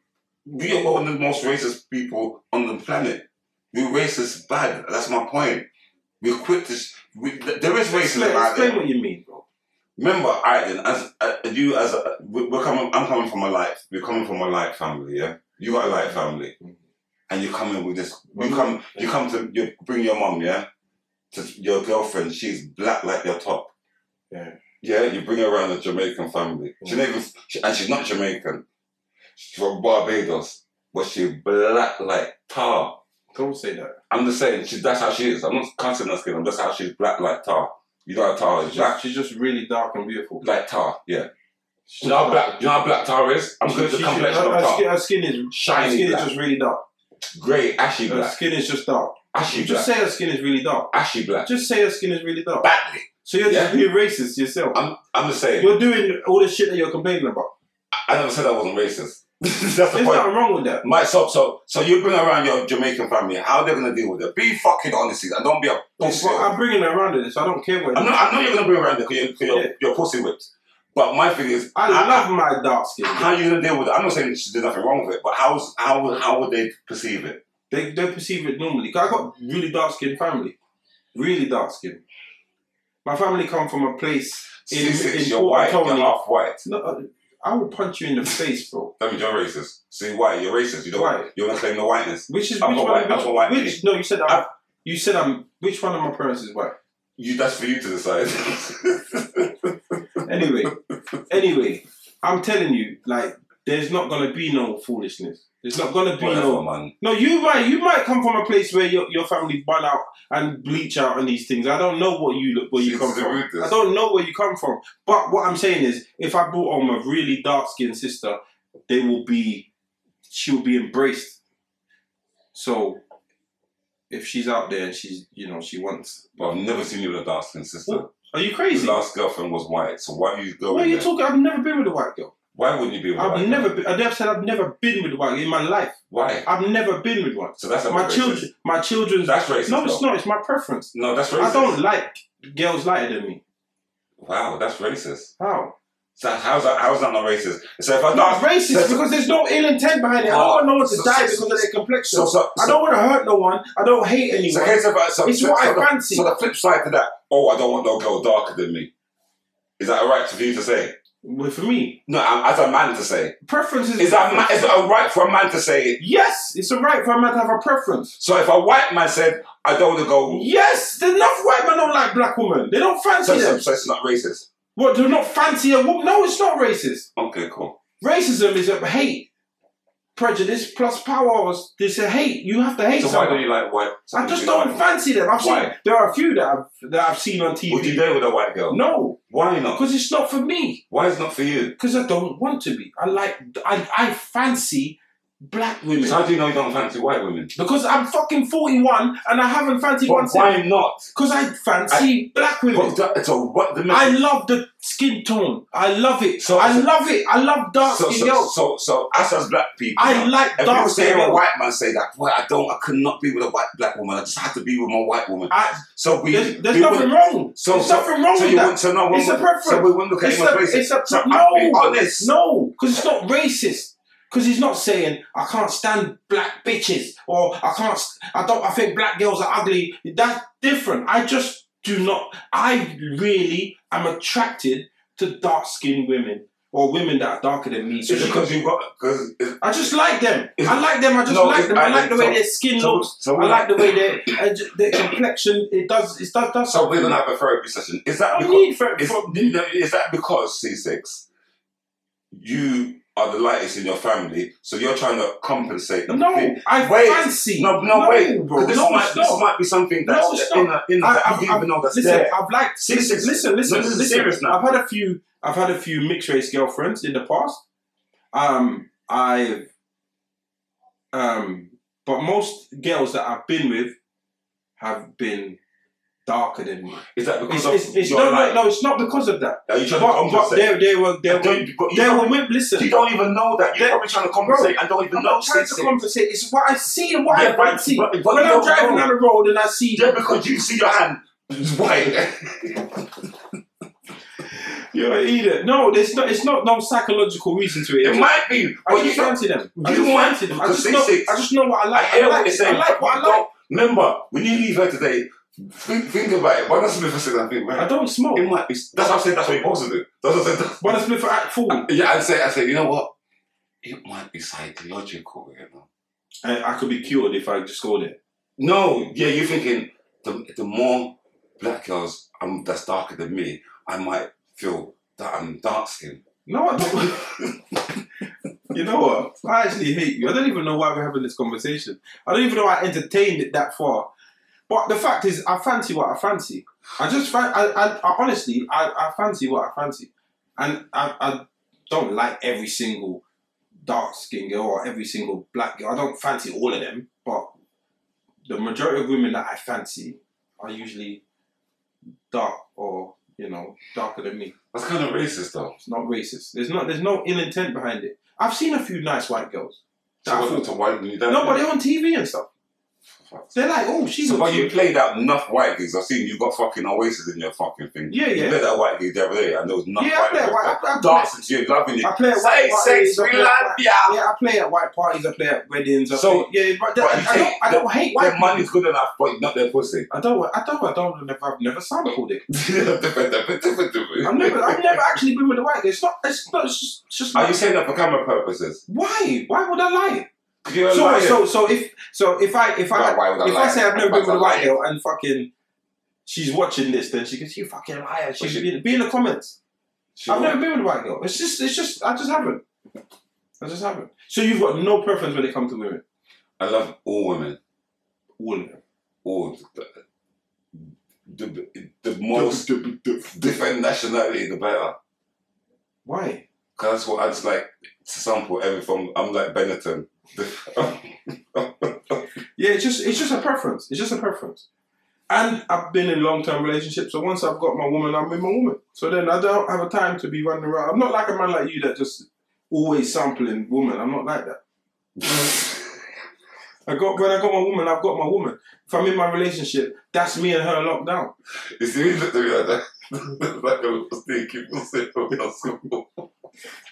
[SPEAKER 1] we are one of the most racist people on the planet. We're racist bad. That's my point. We're quick to. Sh- we, th- there is racism
[SPEAKER 2] Explain,
[SPEAKER 1] out
[SPEAKER 2] explain
[SPEAKER 1] there.
[SPEAKER 2] what you mean, bro.
[SPEAKER 1] Remember, I then as uh, you as a, we- we're coming. I'm coming from a light. We're coming from a light family. Yeah, you got a light family,
[SPEAKER 2] Mhm.
[SPEAKER 1] and you come in with this. You
[SPEAKER 2] Mhm.
[SPEAKER 1] come. You come to. You bring your mom. Yeah, to your girlfriend. She's black like your top.
[SPEAKER 2] Yeah.
[SPEAKER 1] Yeah, you bring her around a Jamaican family. She never, she, and she's not Jamaican. She's from Barbados, but she's black like tar.
[SPEAKER 2] Don't say that.
[SPEAKER 1] I'm just saying, she, that's how she is. I'm not cussing her skin. I'm just how she's black like tar. You know how tar is
[SPEAKER 2] She's
[SPEAKER 1] black,
[SPEAKER 2] just, she's just really dark and beautiful.
[SPEAKER 1] like tar. Yeah.
[SPEAKER 2] She's
[SPEAKER 1] You know how
[SPEAKER 2] dark.
[SPEAKER 1] black, you know how black tar is. I'm good at
[SPEAKER 2] She-
[SPEAKER 1] the
[SPEAKER 2] she-
[SPEAKER 1] complexion
[SPEAKER 2] her,
[SPEAKER 1] of
[SPEAKER 2] her
[SPEAKER 1] tar.
[SPEAKER 2] skin, her skin is her
[SPEAKER 1] Shiny
[SPEAKER 2] skin is
[SPEAKER 1] black,
[SPEAKER 2] just really dark.
[SPEAKER 1] grey, ashy
[SPEAKER 2] Her
[SPEAKER 1] black,
[SPEAKER 2] skin is just dark.
[SPEAKER 1] ashy
[SPEAKER 2] Just
[SPEAKER 1] black,
[SPEAKER 2] say her skin is really dark.
[SPEAKER 1] ashy black.
[SPEAKER 2] Just say her skin is really dark.
[SPEAKER 1] Badly.
[SPEAKER 2] So you're just
[SPEAKER 1] Yeah.
[SPEAKER 2] being racist yourself.
[SPEAKER 1] I'm, I'm just saying.
[SPEAKER 2] You're doing all the shit that you're complaining about.
[SPEAKER 1] I never said I wasn't racist. that's the
[SPEAKER 2] There's
[SPEAKER 1] point.
[SPEAKER 2] nothing wrong with that.
[SPEAKER 1] My so so so you bring around your Jamaican family. How they're gonna deal with it? Be fucking honest and don't be a
[SPEAKER 2] But
[SPEAKER 1] pussy.
[SPEAKER 2] I'm bringing her around to this. I don't care what.
[SPEAKER 1] I know I know you're gonna bring around because you're, 'cause you're,
[SPEAKER 2] Yeah.
[SPEAKER 1] you're pussy whipped. But my thing is,
[SPEAKER 2] I love my dark skin.
[SPEAKER 1] How are you gonna deal with it? I'm not saying she did nothing wrong with it, but how's how would how would they perceive it?
[SPEAKER 2] They they perceive it normally. 'Cause I got really dark skin family, really dark skin. My family come from a place. In-
[SPEAKER 1] C6,
[SPEAKER 2] in
[SPEAKER 1] you're white,
[SPEAKER 2] Portland,
[SPEAKER 1] you're
[SPEAKER 2] Tony.
[SPEAKER 1] half white.
[SPEAKER 2] No, I would punch you in the face, bro.
[SPEAKER 1] That means you're racist. See why you're racist. You don't
[SPEAKER 2] Why?
[SPEAKER 1] you want to claim the whiteness.
[SPEAKER 2] Which is
[SPEAKER 1] I'm
[SPEAKER 2] which
[SPEAKER 1] a
[SPEAKER 2] one?
[SPEAKER 1] white- I'm
[SPEAKER 2] which,
[SPEAKER 1] a white
[SPEAKER 2] which- no, you said I'm, you said I'm. Which one of my parents is white?
[SPEAKER 1] You that's for you to decide.
[SPEAKER 2] Anyway, anyway, I'm telling you, like, there's not gonna be no foolishness. There's not gonna be
[SPEAKER 1] Whatever,
[SPEAKER 2] no.
[SPEAKER 1] man.
[SPEAKER 2] No, you might you might come from a place where your, your family bun out and bleach out on these things. I don't know what you look where you
[SPEAKER 1] She's
[SPEAKER 2] come
[SPEAKER 1] the
[SPEAKER 2] from.
[SPEAKER 1] rudest.
[SPEAKER 2] I don't know where you come from. But what I'm saying is, if I brought home a really dark skinned sister, they will be, she will be embraced. So, if she's out there and she's, you know, she wants.
[SPEAKER 1] But I've never seen you with a dark skinned sister.
[SPEAKER 2] What? Are you
[SPEAKER 1] His
[SPEAKER 2] crazy?
[SPEAKER 1] last girlfriend was white, so why are you
[SPEAKER 2] What are
[SPEAKER 1] going
[SPEAKER 2] you
[SPEAKER 1] there?
[SPEAKER 2] talking? I've never been with a white girl.
[SPEAKER 1] why wouldn't you be with a
[SPEAKER 2] I've
[SPEAKER 1] white?
[SPEAKER 2] never been. I never said I've never been with a white girl in my life.
[SPEAKER 1] Why?
[SPEAKER 2] I've never been with one.
[SPEAKER 1] So that's not
[SPEAKER 2] My
[SPEAKER 1] racist.
[SPEAKER 2] children, my children's.
[SPEAKER 1] That's racist.
[SPEAKER 2] no,
[SPEAKER 1] though.
[SPEAKER 2] it's not. It's my preference.
[SPEAKER 1] No, that's racist.
[SPEAKER 2] I don't like girls lighter than me.
[SPEAKER 1] Wow, that's racist.
[SPEAKER 2] How?
[SPEAKER 1] So how's that how's that not racist? So if I
[SPEAKER 2] I'm not
[SPEAKER 1] dark
[SPEAKER 2] racist
[SPEAKER 1] that's-
[SPEAKER 2] because there's no ill intent behind it. I don't want no one to
[SPEAKER 1] So-
[SPEAKER 2] die because of their complexion.
[SPEAKER 1] so, so,
[SPEAKER 2] I
[SPEAKER 1] so,
[SPEAKER 2] don't want to hurt no one. I don't hate anyone.
[SPEAKER 1] so, here's about- so,
[SPEAKER 2] it's
[SPEAKER 1] so,
[SPEAKER 2] what
[SPEAKER 1] so
[SPEAKER 2] I
[SPEAKER 1] the-
[SPEAKER 2] fancy.
[SPEAKER 1] So the flip side to that, oh, I don't want no girl darker than me. Is that a right for you to say?
[SPEAKER 2] Well, for me,
[SPEAKER 1] No, I- as a man to say.
[SPEAKER 2] preference is.
[SPEAKER 1] Is that ma- is it a right for a man to say?
[SPEAKER 2] yes, it's a right for a man to have a preference.
[SPEAKER 1] So if a white man said, I don't want to go,
[SPEAKER 2] Yes, there's enough white men don't like black women. They don't fancy
[SPEAKER 1] so, so,
[SPEAKER 2] them.
[SPEAKER 1] so it's not racist.
[SPEAKER 2] What? Do not fancy a woman? No, it's not racist.
[SPEAKER 1] Okay, cool.
[SPEAKER 2] Racism is a hate, prejudice plus power. It's a hate. You have to hate
[SPEAKER 1] So why
[SPEAKER 2] someone.
[SPEAKER 1] don't you like white?
[SPEAKER 2] I just
[SPEAKER 1] you
[SPEAKER 2] don't
[SPEAKER 1] like-
[SPEAKER 2] fancy them. I've seen
[SPEAKER 1] Why?
[SPEAKER 2] there are a few that I've that I've seen on
[SPEAKER 1] Would you
[SPEAKER 2] TV.
[SPEAKER 1] date with a white girl?
[SPEAKER 2] No,
[SPEAKER 1] Why not?
[SPEAKER 2] because it's not for me.
[SPEAKER 1] Why is it not for you?
[SPEAKER 2] Because I don't want to be. I like I I fancy black women.
[SPEAKER 1] So how do you know you don't fancy white women?
[SPEAKER 2] Because I'm fucking 41 and I haven't fancied one
[SPEAKER 1] But
[SPEAKER 2] since.
[SPEAKER 1] why not?
[SPEAKER 2] Because I fancy black women.
[SPEAKER 1] But that- so what the
[SPEAKER 2] I love the skin tone. I love it.
[SPEAKER 1] So-
[SPEAKER 2] I
[SPEAKER 1] so-
[SPEAKER 2] love it. I love dark
[SPEAKER 1] so,
[SPEAKER 2] skin
[SPEAKER 1] so,
[SPEAKER 2] girls.
[SPEAKER 1] so, so, us as black people.
[SPEAKER 2] I like
[SPEAKER 1] If you
[SPEAKER 2] dark
[SPEAKER 1] say
[SPEAKER 2] skin
[SPEAKER 1] a
[SPEAKER 2] girls.
[SPEAKER 1] white man say that, well, I don't, I could not be with a white black woman. I just had to be with my white woman.
[SPEAKER 2] I-
[SPEAKER 1] so we,
[SPEAKER 2] There's, there's
[SPEAKER 1] we
[SPEAKER 2] nothing
[SPEAKER 1] wouldn't-
[SPEAKER 2] wrong.
[SPEAKER 1] So,
[SPEAKER 2] there's
[SPEAKER 1] so,
[SPEAKER 2] nothing wrong
[SPEAKER 1] so
[SPEAKER 2] with
[SPEAKER 1] you
[SPEAKER 2] that.
[SPEAKER 1] wouldn't, so no one
[SPEAKER 2] It's a
[SPEAKER 1] would-
[SPEAKER 2] preference.
[SPEAKER 1] So we wouldn't look at
[SPEAKER 2] It's
[SPEAKER 1] him and
[SPEAKER 2] a,
[SPEAKER 1] place it.
[SPEAKER 2] it's a
[SPEAKER 1] So
[SPEAKER 2] no,
[SPEAKER 1] I'll be honest.
[SPEAKER 2] no, because it's not racist. Because he's not saying I can't stand black bitches or I can't, st- I don't, I think black girls are ugly. That's different. I just do not. I really am attracted to dark skinned women or women that are darker than me.
[SPEAKER 1] It's because you got, because,
[SPEAKER 2] I just like them.
[SPEAKER 1] Is-
[SPEAKER 2] I like them. I just
[SPEAKER 1] No,
[SPEAKER 2] like
[SPEAKER 1] it's-
[SPEAKER 2] them. I
[SPEAKER 1] I-
[SPEAKER 2] like the
[SPEAKER 1] so-
[SPEAKER 2] way their skin
[SPEAKER 1] so,
[SPEAKER 2] looks.
[SPEAKER 1] so,
[SPEAKER 2] I
[SPEAKER 1] we're,
[SPEAKER 2] like the way their uh, j- their complexion. It does. It does. does
[SPEAKER 1] so we're going to have a therapy session. Is that
[SPEAKER 2] I
[SPEAKER 1] because,
[SPEAKER 2] need for,
[SPEAKER 1] is,
[SPEAKER 2] for
[SPEAKER 1] you know, is that because, C6, you are the lightest in your family, so you're trying to compensate them.
[SPEAKER 2] No, I
[SPEAKER 1] Wait.
[SPEAKER 2] fancy.
[SPEAKER 1] No, no, wait,
[SPEAKER 2] bro.
[SPEAKER 1] bro. This,
[SPEAKER 2] no,
[SPEAKER 1] might,
[SPEAKER 2] no.
[SPEAKER 1] this might be something that's
[SPEAKER 2] No, it's
[SPEAKER 1] in a, in a,
[SPEAKER 2] I- I-
[SPEAKER 1] you don't even know that's
[SPEAKER 2] Listen,
[SPEAKER 1] there.
[SPEAKER 2] I've liked.
[SPEAKER 1] See, this is-
[SPEAKER 2] listen, listen,
[SPEAKER 1] no, this is
[SPEAKER 2] listen.
[SPEAKER 1] serious now.
[SPEAKER 2] I've had a few. I've had a few mixed race girlfriends in the past. Um, I've. Um, but most girls that I've been with have been darker than me.
[SPEAKER 1] Is that
[SPEAKER 2] It's,
[SPEAKER 1] because
[SPEAKER 2] it's,
[SPEAKER 1] of
[SPEAKER 2] it's,
[SPEAKER 1] your
[SPEAKER 2] no, no,
[SPEAKER 1] light?
[SPEAKER 2] no, it's not because of that.
[SPEAKER 1] Are you trying to
[SPEAKER 2] But, but
[SPEAKER 1] compensate?
[SPEAKER 2] they, they were, they
[SPEAKER 1] But
[SPEAKER 2] were,
[SPEAKER 1] you- but you
[SPEAKER 2] they
[SPEAKER 1] don't-
[SPEAKER 2] were with.
[SPEAKER 1] You
[SPEAKER 2] Listen,
[SPEAKER 1] don't even know that. You're
[SPEAKER 2] They-
[SPEAKER 1] probably trying to compensate and don't even
[SPEAKER 2] I'm
[SPEAKER 1] know.
[SPEAKER 2] not trying
[SPEAKER 1] Sis,
[SPEAKER 2] to
[SPEAKER 1] sis.
[SPEAKER 2] compensate. It's what I see and what
[SPEAKER 1] Yeah,
[SPEAKER 2] I
[SPEAKER 1] but-
[SPEAKER 2] fancy.
[SPEAKER 1] but- but
[SPEAKER 2] when
[SPEAKER 1] you
[SPEAKER 2] I'm
[SPEAKER 1] don't
[SPEAKER 2] driving
[SPEAKER 1] know.
[SPEAKER 2] down the road and I see
[SPEAKER 1] Yeah, because you see your hand is white.
[SPEAKER 2] You're an idiot. No, there's no, it's not no psychological reason to it.
[SPEAKER 1] it might be,
[SPEAKER 2] I
[SPEAKER 1] but you
[SPEAKER 2] just
[SPEAKER 1] don't.
[SPEAKER 2] fancy them. I
[SPEAKER 1] you
[SPEAKER 2] just
[SPEAKER 1] want-
[SPEAKER 2] fancy them. I
[SPEAKER 1] because
[SPEAKER 2] just
[SPEAKER 1] they
[SPEAKER 2] know.
[SPEAKER 1] say-
[SPEAKER 2] I just know what I
[SPEAKER 1] I
[SPEAKER 2] like. I,
[SPEAKER 1] hear what
[SPEAKER 2] like.
[SPEAKER 1] you're
[SPEAKER 2] it. I
[SPEAKER 1] saying.
[SPEAKER 2] like what I
[SPEAKER 1] but
[SPEAKER 2] like.
[SPEAKER 1] don't- Remember, when you leave here today, think, think about it. One Smith said that thing,
[SPEAKER 2] I
[SPEAKER 1] man.
[SPEAKER 2] don't smoke.
[SPEAKER 1] It might be. That's what I said. That's what you're supposed to do. That's what I said. That's,
[SPEAKER 2] But it's uh, for act fool. I,
[SPEAKER 1] Um, yeah, I said. I said. You know what? It might be psychological. You know.
[SPEAKER 2] I could be cured if I just go there.
[SPEAKER 1] No. Yeah, you're thinking the the more black girls um, that's darker than me, I might feel that I'm dark skinned.
[SPEAKER 2] No, I don't. you know what? I actually hate you. I don't even know why we're having this conversation. I don't even know I entertained it that far. But the fact is, I fancy what I fancy. I just, fan- I, I, I honestly, I, I fancy what I fancy, and I, I don't like every single dark skinned girl or every single black girl. I don't fancy all of them, but the majority of women that I fancy are usually dark or you know darker than me.
[SPEAKER 1] That's kind of racist, though.
[SPEAKER 2] It's not racist. There's not. There's no ill intent behind it. I've seen a few nice white girls.
[SPEAKER 1] So what, so why didn't you do that?
[SPEAKER 2] no, but they're on TV and stuff. They're like, oh, she's.
[SPEAKER 1] So,
[SPEAKER 2] a-
[SPEAKER 1] but you played out enough white gigs. I've seen you got fucking Oasis in your fucking thing.
[SPEAKER 2] Yeah,
[SPEAKER 1] You
[SPEAKER 2] yeah.
[SPEAKER 1] played that white gig the other day, and there was enough
[SPEAKER 2] Yeah, I
[SPEAKER 1] white
[SPEAKER 2] play at
[SPEAKER 1] gigs there.
[SPEAKER 2] white. I, I, play,
[SPEAKER 1] Dancing to you, loving it.
[SPEAKER 2] I play at white parties. I play at white-
[SPEAKER 1] yeah.
[SPEAKER 2] yeah, I play at white parties. I play at weddings. I
[SPEAKER 1] So-
[SPEAKER 2] play, yeah, but,
[SPEAKER 1] but
[SPEAKER 2] I,
[SPEAKER 1] you
[SPEAKER 2] I don't. I don't hate white.
[SPEAKER 1] Their money's good enough, but not their pussy.
[SPEAKER 2] I don't. I don't. I don't. I've never sampled it. I've
[SPEAKER 1] I'm
[SPEAKER 2] never. I've never actually been with a white girl. It's not. It's not. It's just. It's just
[SPEAKER 1] Are you saying that for camera purposes?
[SPEAKER 2] why? Why would I lie?
[SPEAKER 1] You're a
[SPEAKER 2] so
[SPEAKER 1] liar.
[SPEAKER 2] so so if so if I if I
[SPEAKER 1] Why- why would I
[SPEAKER 2] if
[SPEAKER 1] lie?
[SPEAKER 2] I say I've never
[SPEAKER 1] Why
[SPEAKER 2] been with
[SPEAKER 1] would
[SPEAKER 2] a
[SPEAKER 1] I
[SPEAKER 2] white
[SPEAKER 1] lie?
[SPEAKER 2] girl and fucking she's watching this, then she goes, "You fucking liar!" She
[SPEAKER 1] But she-
[SPEAKER 2] be, be in the comments.
[SPEAKER 1] Sure.
[SPEAKER 2] I've never been with a white girl. It's just, it's just, I just haven't. I just haven't. So you've got no preference when it comes to women.
[SPEAKER 1] I love all women.
[SPEAKER 2] All of them.
[SPEAKER 1] All the, the, the most different nationality, the better.
[SPEAKER 2] Why?
[SPEAKER 1] Cause that's what I just like to sample everything. From, I'm like Benetton.
[SPEAKER 2] Yeah, it's just, it's just a preference. It's just a preference. And I've been in long-term relationships, so once I've got my woman, I'm with my woman. So then I don't have a time to be running around. I'm not like a man like you that just always sampling woman. I'm not like that. I got when I got my woman, I've got my woman. If I'm in my relationship, that's me and her locked down.
[SPEAKER 1] You see me look at me like that? like a little stinky pussy from your school.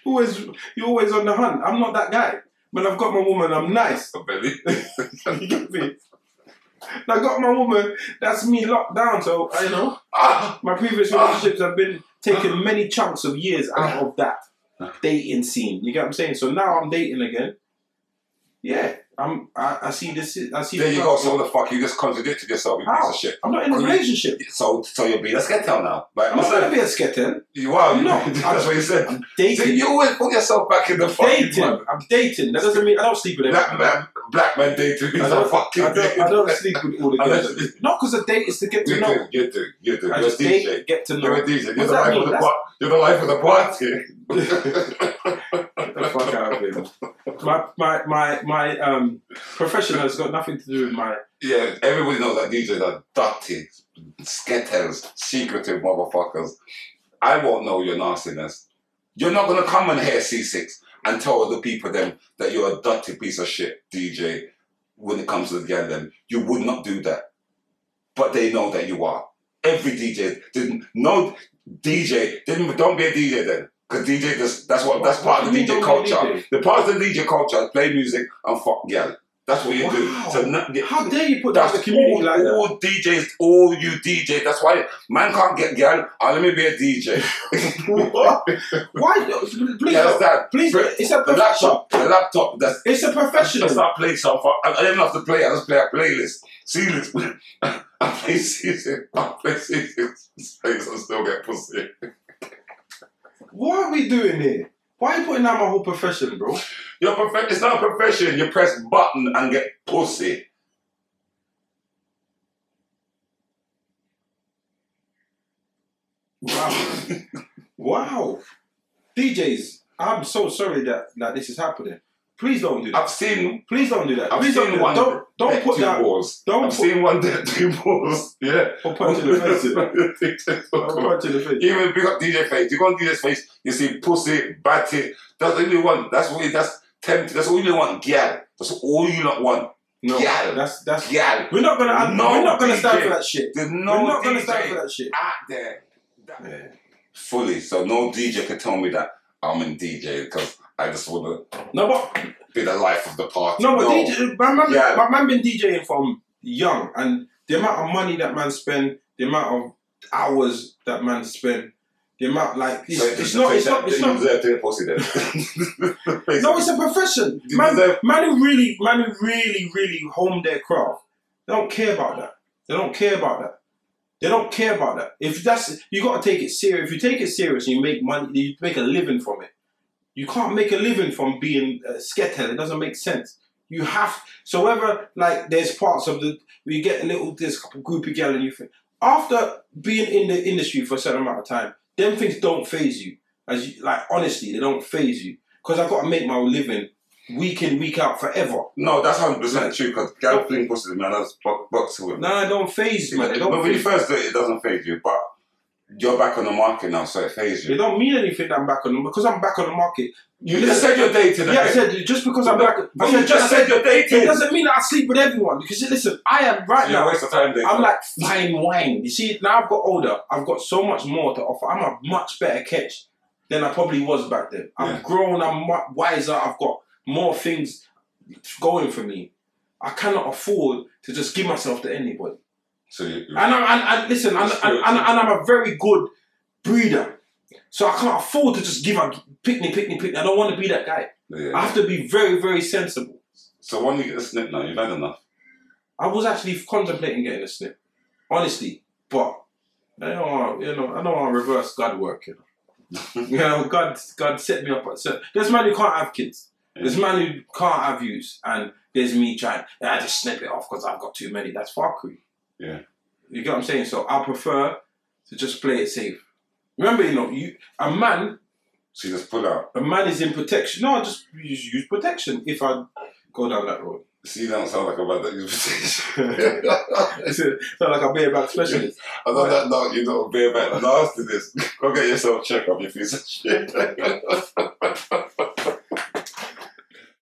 [SPEAKER 2] Always, you're always on the hunt. I'm not that guy. When I've got my woman, I'm nice.
[SPEAKER 1] I believe.
[SPEAKER 2] You get me? When I got my woman. That's me locked down. So I know
[SPEAKER 1] Ah!
[SPEAKER 2] my previous relationships have been taking many chunks of years out of that dating scene. You get what I'm saying? So now I'm dating again. Yeah, I'm. I, I see this. I see.
[SPEAKER 1] There
[SPEAKER 2] the-
[SPEAKER 1] you go, so the fuck, you just contradicted yourself, you
[SPEAKER 2] How?
[SPEAKER 1] piece of shit.
[SPEAKER 2] I'm not in a relationship.
[SPEAKER 1] So, so you'll be, let's get down now. Like,
[SPEAKER 2] I'm
[SPEAKER 1] I
[SPEAKER 2] not gonna
[SPEAKER 1] said,
[SPEAKER 2] be a sketten.
[SPEAKER 1] you are, you
[SPEAKER 2] I'm
[SPEAKER 1] know,
[SPEAKER 2] not.
[SPEAKER 1] that's what you said.
[SPEAKER 2] I'm
[SPEAKER 1] So
[SPEAKER 2] dating.
[SPEAKER 1] you always put yourself back in the fucking
[SPEAKER 2] dating.
[SPEAKER 1] mud.
[SPEAKER 2] I'm dating. That doesn't mean I don't sleep with
[SPEAKER 1] Black
[SPEAKER 2] everyone.
[SPEAKER 1] man, black man dating is
[SPEAKER 2] I
[SPEAKER 1] a
[SPEAKER 2] don't,
[SPEAKER 1] fucking
[SPEAKER 2] I, don't, I don't sleep with all the girls. Not because the date is to get
[SPEAKER 1] You
[SPEAKER 2] to know.
[SPEAKER 1] do, you do, you do. You're
[SPEAKER 2] I
[SPEAKER 1] a
[SPEAKER 2] just
[SPEAKER 1] DJ.
[SPEAKER 2] date, get to
[SPEAKER 1] You're
[SPEAKER 2] know.
[SPEAKER 1] a DJ. You're
[SPEAKER 2] What's
[SPEAKER 1] the life
[SPEAKER 2] that mean?
[SPEAKER 1] of the
[SPEAKER 2] That's-
[SPEAKER 1] party. You're the life of the party.
[SPEAKER 2] Get the fuck out of here. My, my, my, my um, profession has got nothing to do with my.
[SPEAKER 1] Yeah, everybody knows that DJs are dirty, sketters, secretive motherfuckers. I won't know your nastiness. You're not gonna come and hear C6 and tell the people them that you're a dirty piece of shit DJ when it comes to the gang them. You would not do that. But they know that you are. Every DJ didn't no DJ didn't don't be a DJ then. Cause DJ just that's what that's part of
[SPEAKER 2] What do
[SPEAKER 1] the
[SPEAKER 2] you mean
[SPEAKER 1] DJ
[SPEAKER 2] don't be a
[SPEAKER 1] culture.
[SPEAKER 2] DJ?
[SPEAKER 1] The part of the DJ culture is play music and fuck gal. That's what you
[SPEAKER 2] Wow.
[SPEAKER 1] do. So not,
[SPEAKER 2] How dare you put that
[SPEAKER 1] that's
[SPEAKER 2] in the community
[SPEAKER 1] all,
[SPEAKER 2] like that?
[SPEAKER 1] all DJs, all you DJs. That's why man can't get girl. Oh, let me be a DJ.
[SPEAKER 2] What? Why? do- Please,
[SPEAKER 1] yeah, that's that.
[SPEAKER 2] please.
[SPEAKER 1] Brit-
[SPEAKER 2] It's a
[SPEAKER 1] The
[SPEAKER 2] profession.
[SPEAKER 1] laptop, the laptop. That's
[SPEAKER 2] It's a profession.
[SPEAKER 1] that's not playing some. fu- I, I didn't have to play. I just play a playlist. See this. I play season. I play season. I still get pussy.
[SPEAKER 2] What are we doing here? Why are you putting down my whole profession, bro?
[SPEAKER 1] Your prof- it's not a profession. You press button and get pussy.
[SPEAKER 2] Wow. wow. DJs, I'm so sorry that, that this is happening. Please don't do that.
[SPEAKER 1] I've seen.
[SPEAKER 2] Please don't do that.
[SPEAKER 1] I've
[SPEAKER 2] Please don't do
[SPEAKER 1] seen
[SPEAKER 2] that.
[SPEAKER 1] one.
[SPEAKER 2] Don't, don't
[SPEAKER 1] deck
[SPEAKER 2] put
[SPEAKER 1] two
[SPEAKER 2] that.
[SPEAKER 1] Balls.
[SPEAKER 2] Don't
[SPEAKER 1] I've
[SPEAKER 2] put,
[SPEAKER 1] seen one dead two balls. Yeah.
[SPEAKER 2] or punch in the face. innit? Or punch in the face.
[SPEAKER 1] Even big up DJ Face. You go on DJ's face, you see pussy, batty. That's all you want. That's what. That's tempting. That's all you want. Gyal. That's all you not want.
[SPEAKER 2] No,
[SPEAKER 1] Yeah.
[SPEAKER 2] that's that's.
[SPEAKER 1] Gyal.
[SPEAKER 2] We're not gonna.
[SPEAKER 1] No
[SPEAKER 2] we're not gonna stand
[SPEAKER 1] DJ.
[SPEAKER 2] for that shit.
[SPEAKER 1] There's
[SPEAKER 2] we're
[SPEAKER 1] no
[SPEAKER 2] not gonna stand
[SPEAKER 1] DJ
[SPEAKER 2] for that shit.
[SPEAKER 1] out there that- fully. So no DJ can tell me that I'm in DJ because I just want
[SPEAKER 2] No, but
[SPEAKER 1] to be the life of the party.
[SPEAKER 2] no, but DJ, my man,
[SPEAKER 1] Yeah.
[SPEAKER 2] my man been DJing from young, and the amount of money that man spend, the amount of hours that man spend, the amount like it's,
[SPEAKER 1] So
[SPEAKER 2] it's
[SPEAKER 1] just
[SPEAKER 2] not,
[SPEAKER 1] say
[SPEAKER 2] it's
[SPEAKER 1] that
[SPEAKER 2] not, it's
[SPEAKER 1] you
[SPEAKER 2] not.
[SPEAKER 1] deserve to get pussy then.
[SPEAKER 2] No, it's a profession.
[SPEAKER 1] You
[SPEAKER 2] Man,
[SPEAKER 1] deserve-
[SPEAKER 2] man who really, man who really, really home their craft. They don't care about that. They don't care about that. They don't care about that. If that's you got to take it serious. If you take it serious and you make money, you make a living from it. You can't make a living from being a sketel. It doesn't make sense. You have so whether like there's parts of the you get a little this group of gal and you think after being in the industry for a certain amount of time, them things don't phase you. As you, like honestly, they don't phase you because I got to make my living week in week out forever.
[SPEAKER 1] No, that's hundred percent true. Because Gary Flynn pussy man, that's bo- boxing with.
[SPEAKER 2] Nah, don't phase man. They
[SPEAKER 1] but
[SPEAKER 2] don't.
[SPEAKER 1] when you
[SPEAKER 2] Phase.
[SPEAKER 1] first do it, it doesn't phase you. But you're back on the market now, so it phases
[SPEAKER 2] They
[SPEAKER 1] you.
[SPEAKER 2] don't mean anything. That I'm back on them because I'm back on the market.
[SPEAKER 1] You just said you're dating.
[SPEAKER 2] Yeah, I said just because I'm back.
[SPEAKER 1] But
[SPEAKER 2] I
[SPEAKER 1] Oh, you
[SPEAKER 2] said
[SPEAKER 1] just
[SPEAKER 2] just.
[SPEAKER 1] said you're
[SPEAKER 2] It
[SPEAKER 1] dating.
[SPEAKER 2] doesn't mean that I sleep with everyone because listen, I am right
[SPEAKER 1] You're a
[SPEAKER 2] now.
[SPEAKER 1] waste of time dating.
[SPEAKER 2] I'm like fine wine. You see, now I've got older. I've got so much more to offer. I'm a much better catch than I probably was back then. I'm
[SPEAKER 1] Yeah.
[SPEAKER 2] grown. I'm mu- wiser. I've got more things going for me. I cannot afford to just give myself to anybody.
[SPEAKER 1] so you, you-
[SPEAKER 2] And I'm, and, and listen, and, and, and, and I'm a very good breeder. So I can't afford to just give a picnic, picnic, picnic. I don't want to be that guy. I
[SPEAKER 1] yeah.
[SPEAKER 2] have to be very, very sensible.
[SPEAKER 1] So when you get a snip now, you've had enough.
[SPEAKER 2] I was actually contemplating getting a snip, honestly, but I don't want, you know, I don't want to reverse God work, you know. you know, God, God set me up. So there's man who can't have kids. There's man who can't have views, and there's me trying. And I just snip it off because I've got too many. That's fuckery.
[SPEAKER 1] Yeah.
[SPEAKER 2] You get what I'm saying? So I prefer to just play it safe. Remember, you know, you a man,
[SPEAKER 1] So you just pull out.
[SPEAKER 2] a man is in protection. No, I just use, use protection if I go down that road.
[SPEAKER 1] See, you don't sound like a bad that.
[SPEAKER 2] it's not like a bareback specialist.
[SPEAKER 1] I know that now you know be about nastiness. Go get yourself checked up if you shit.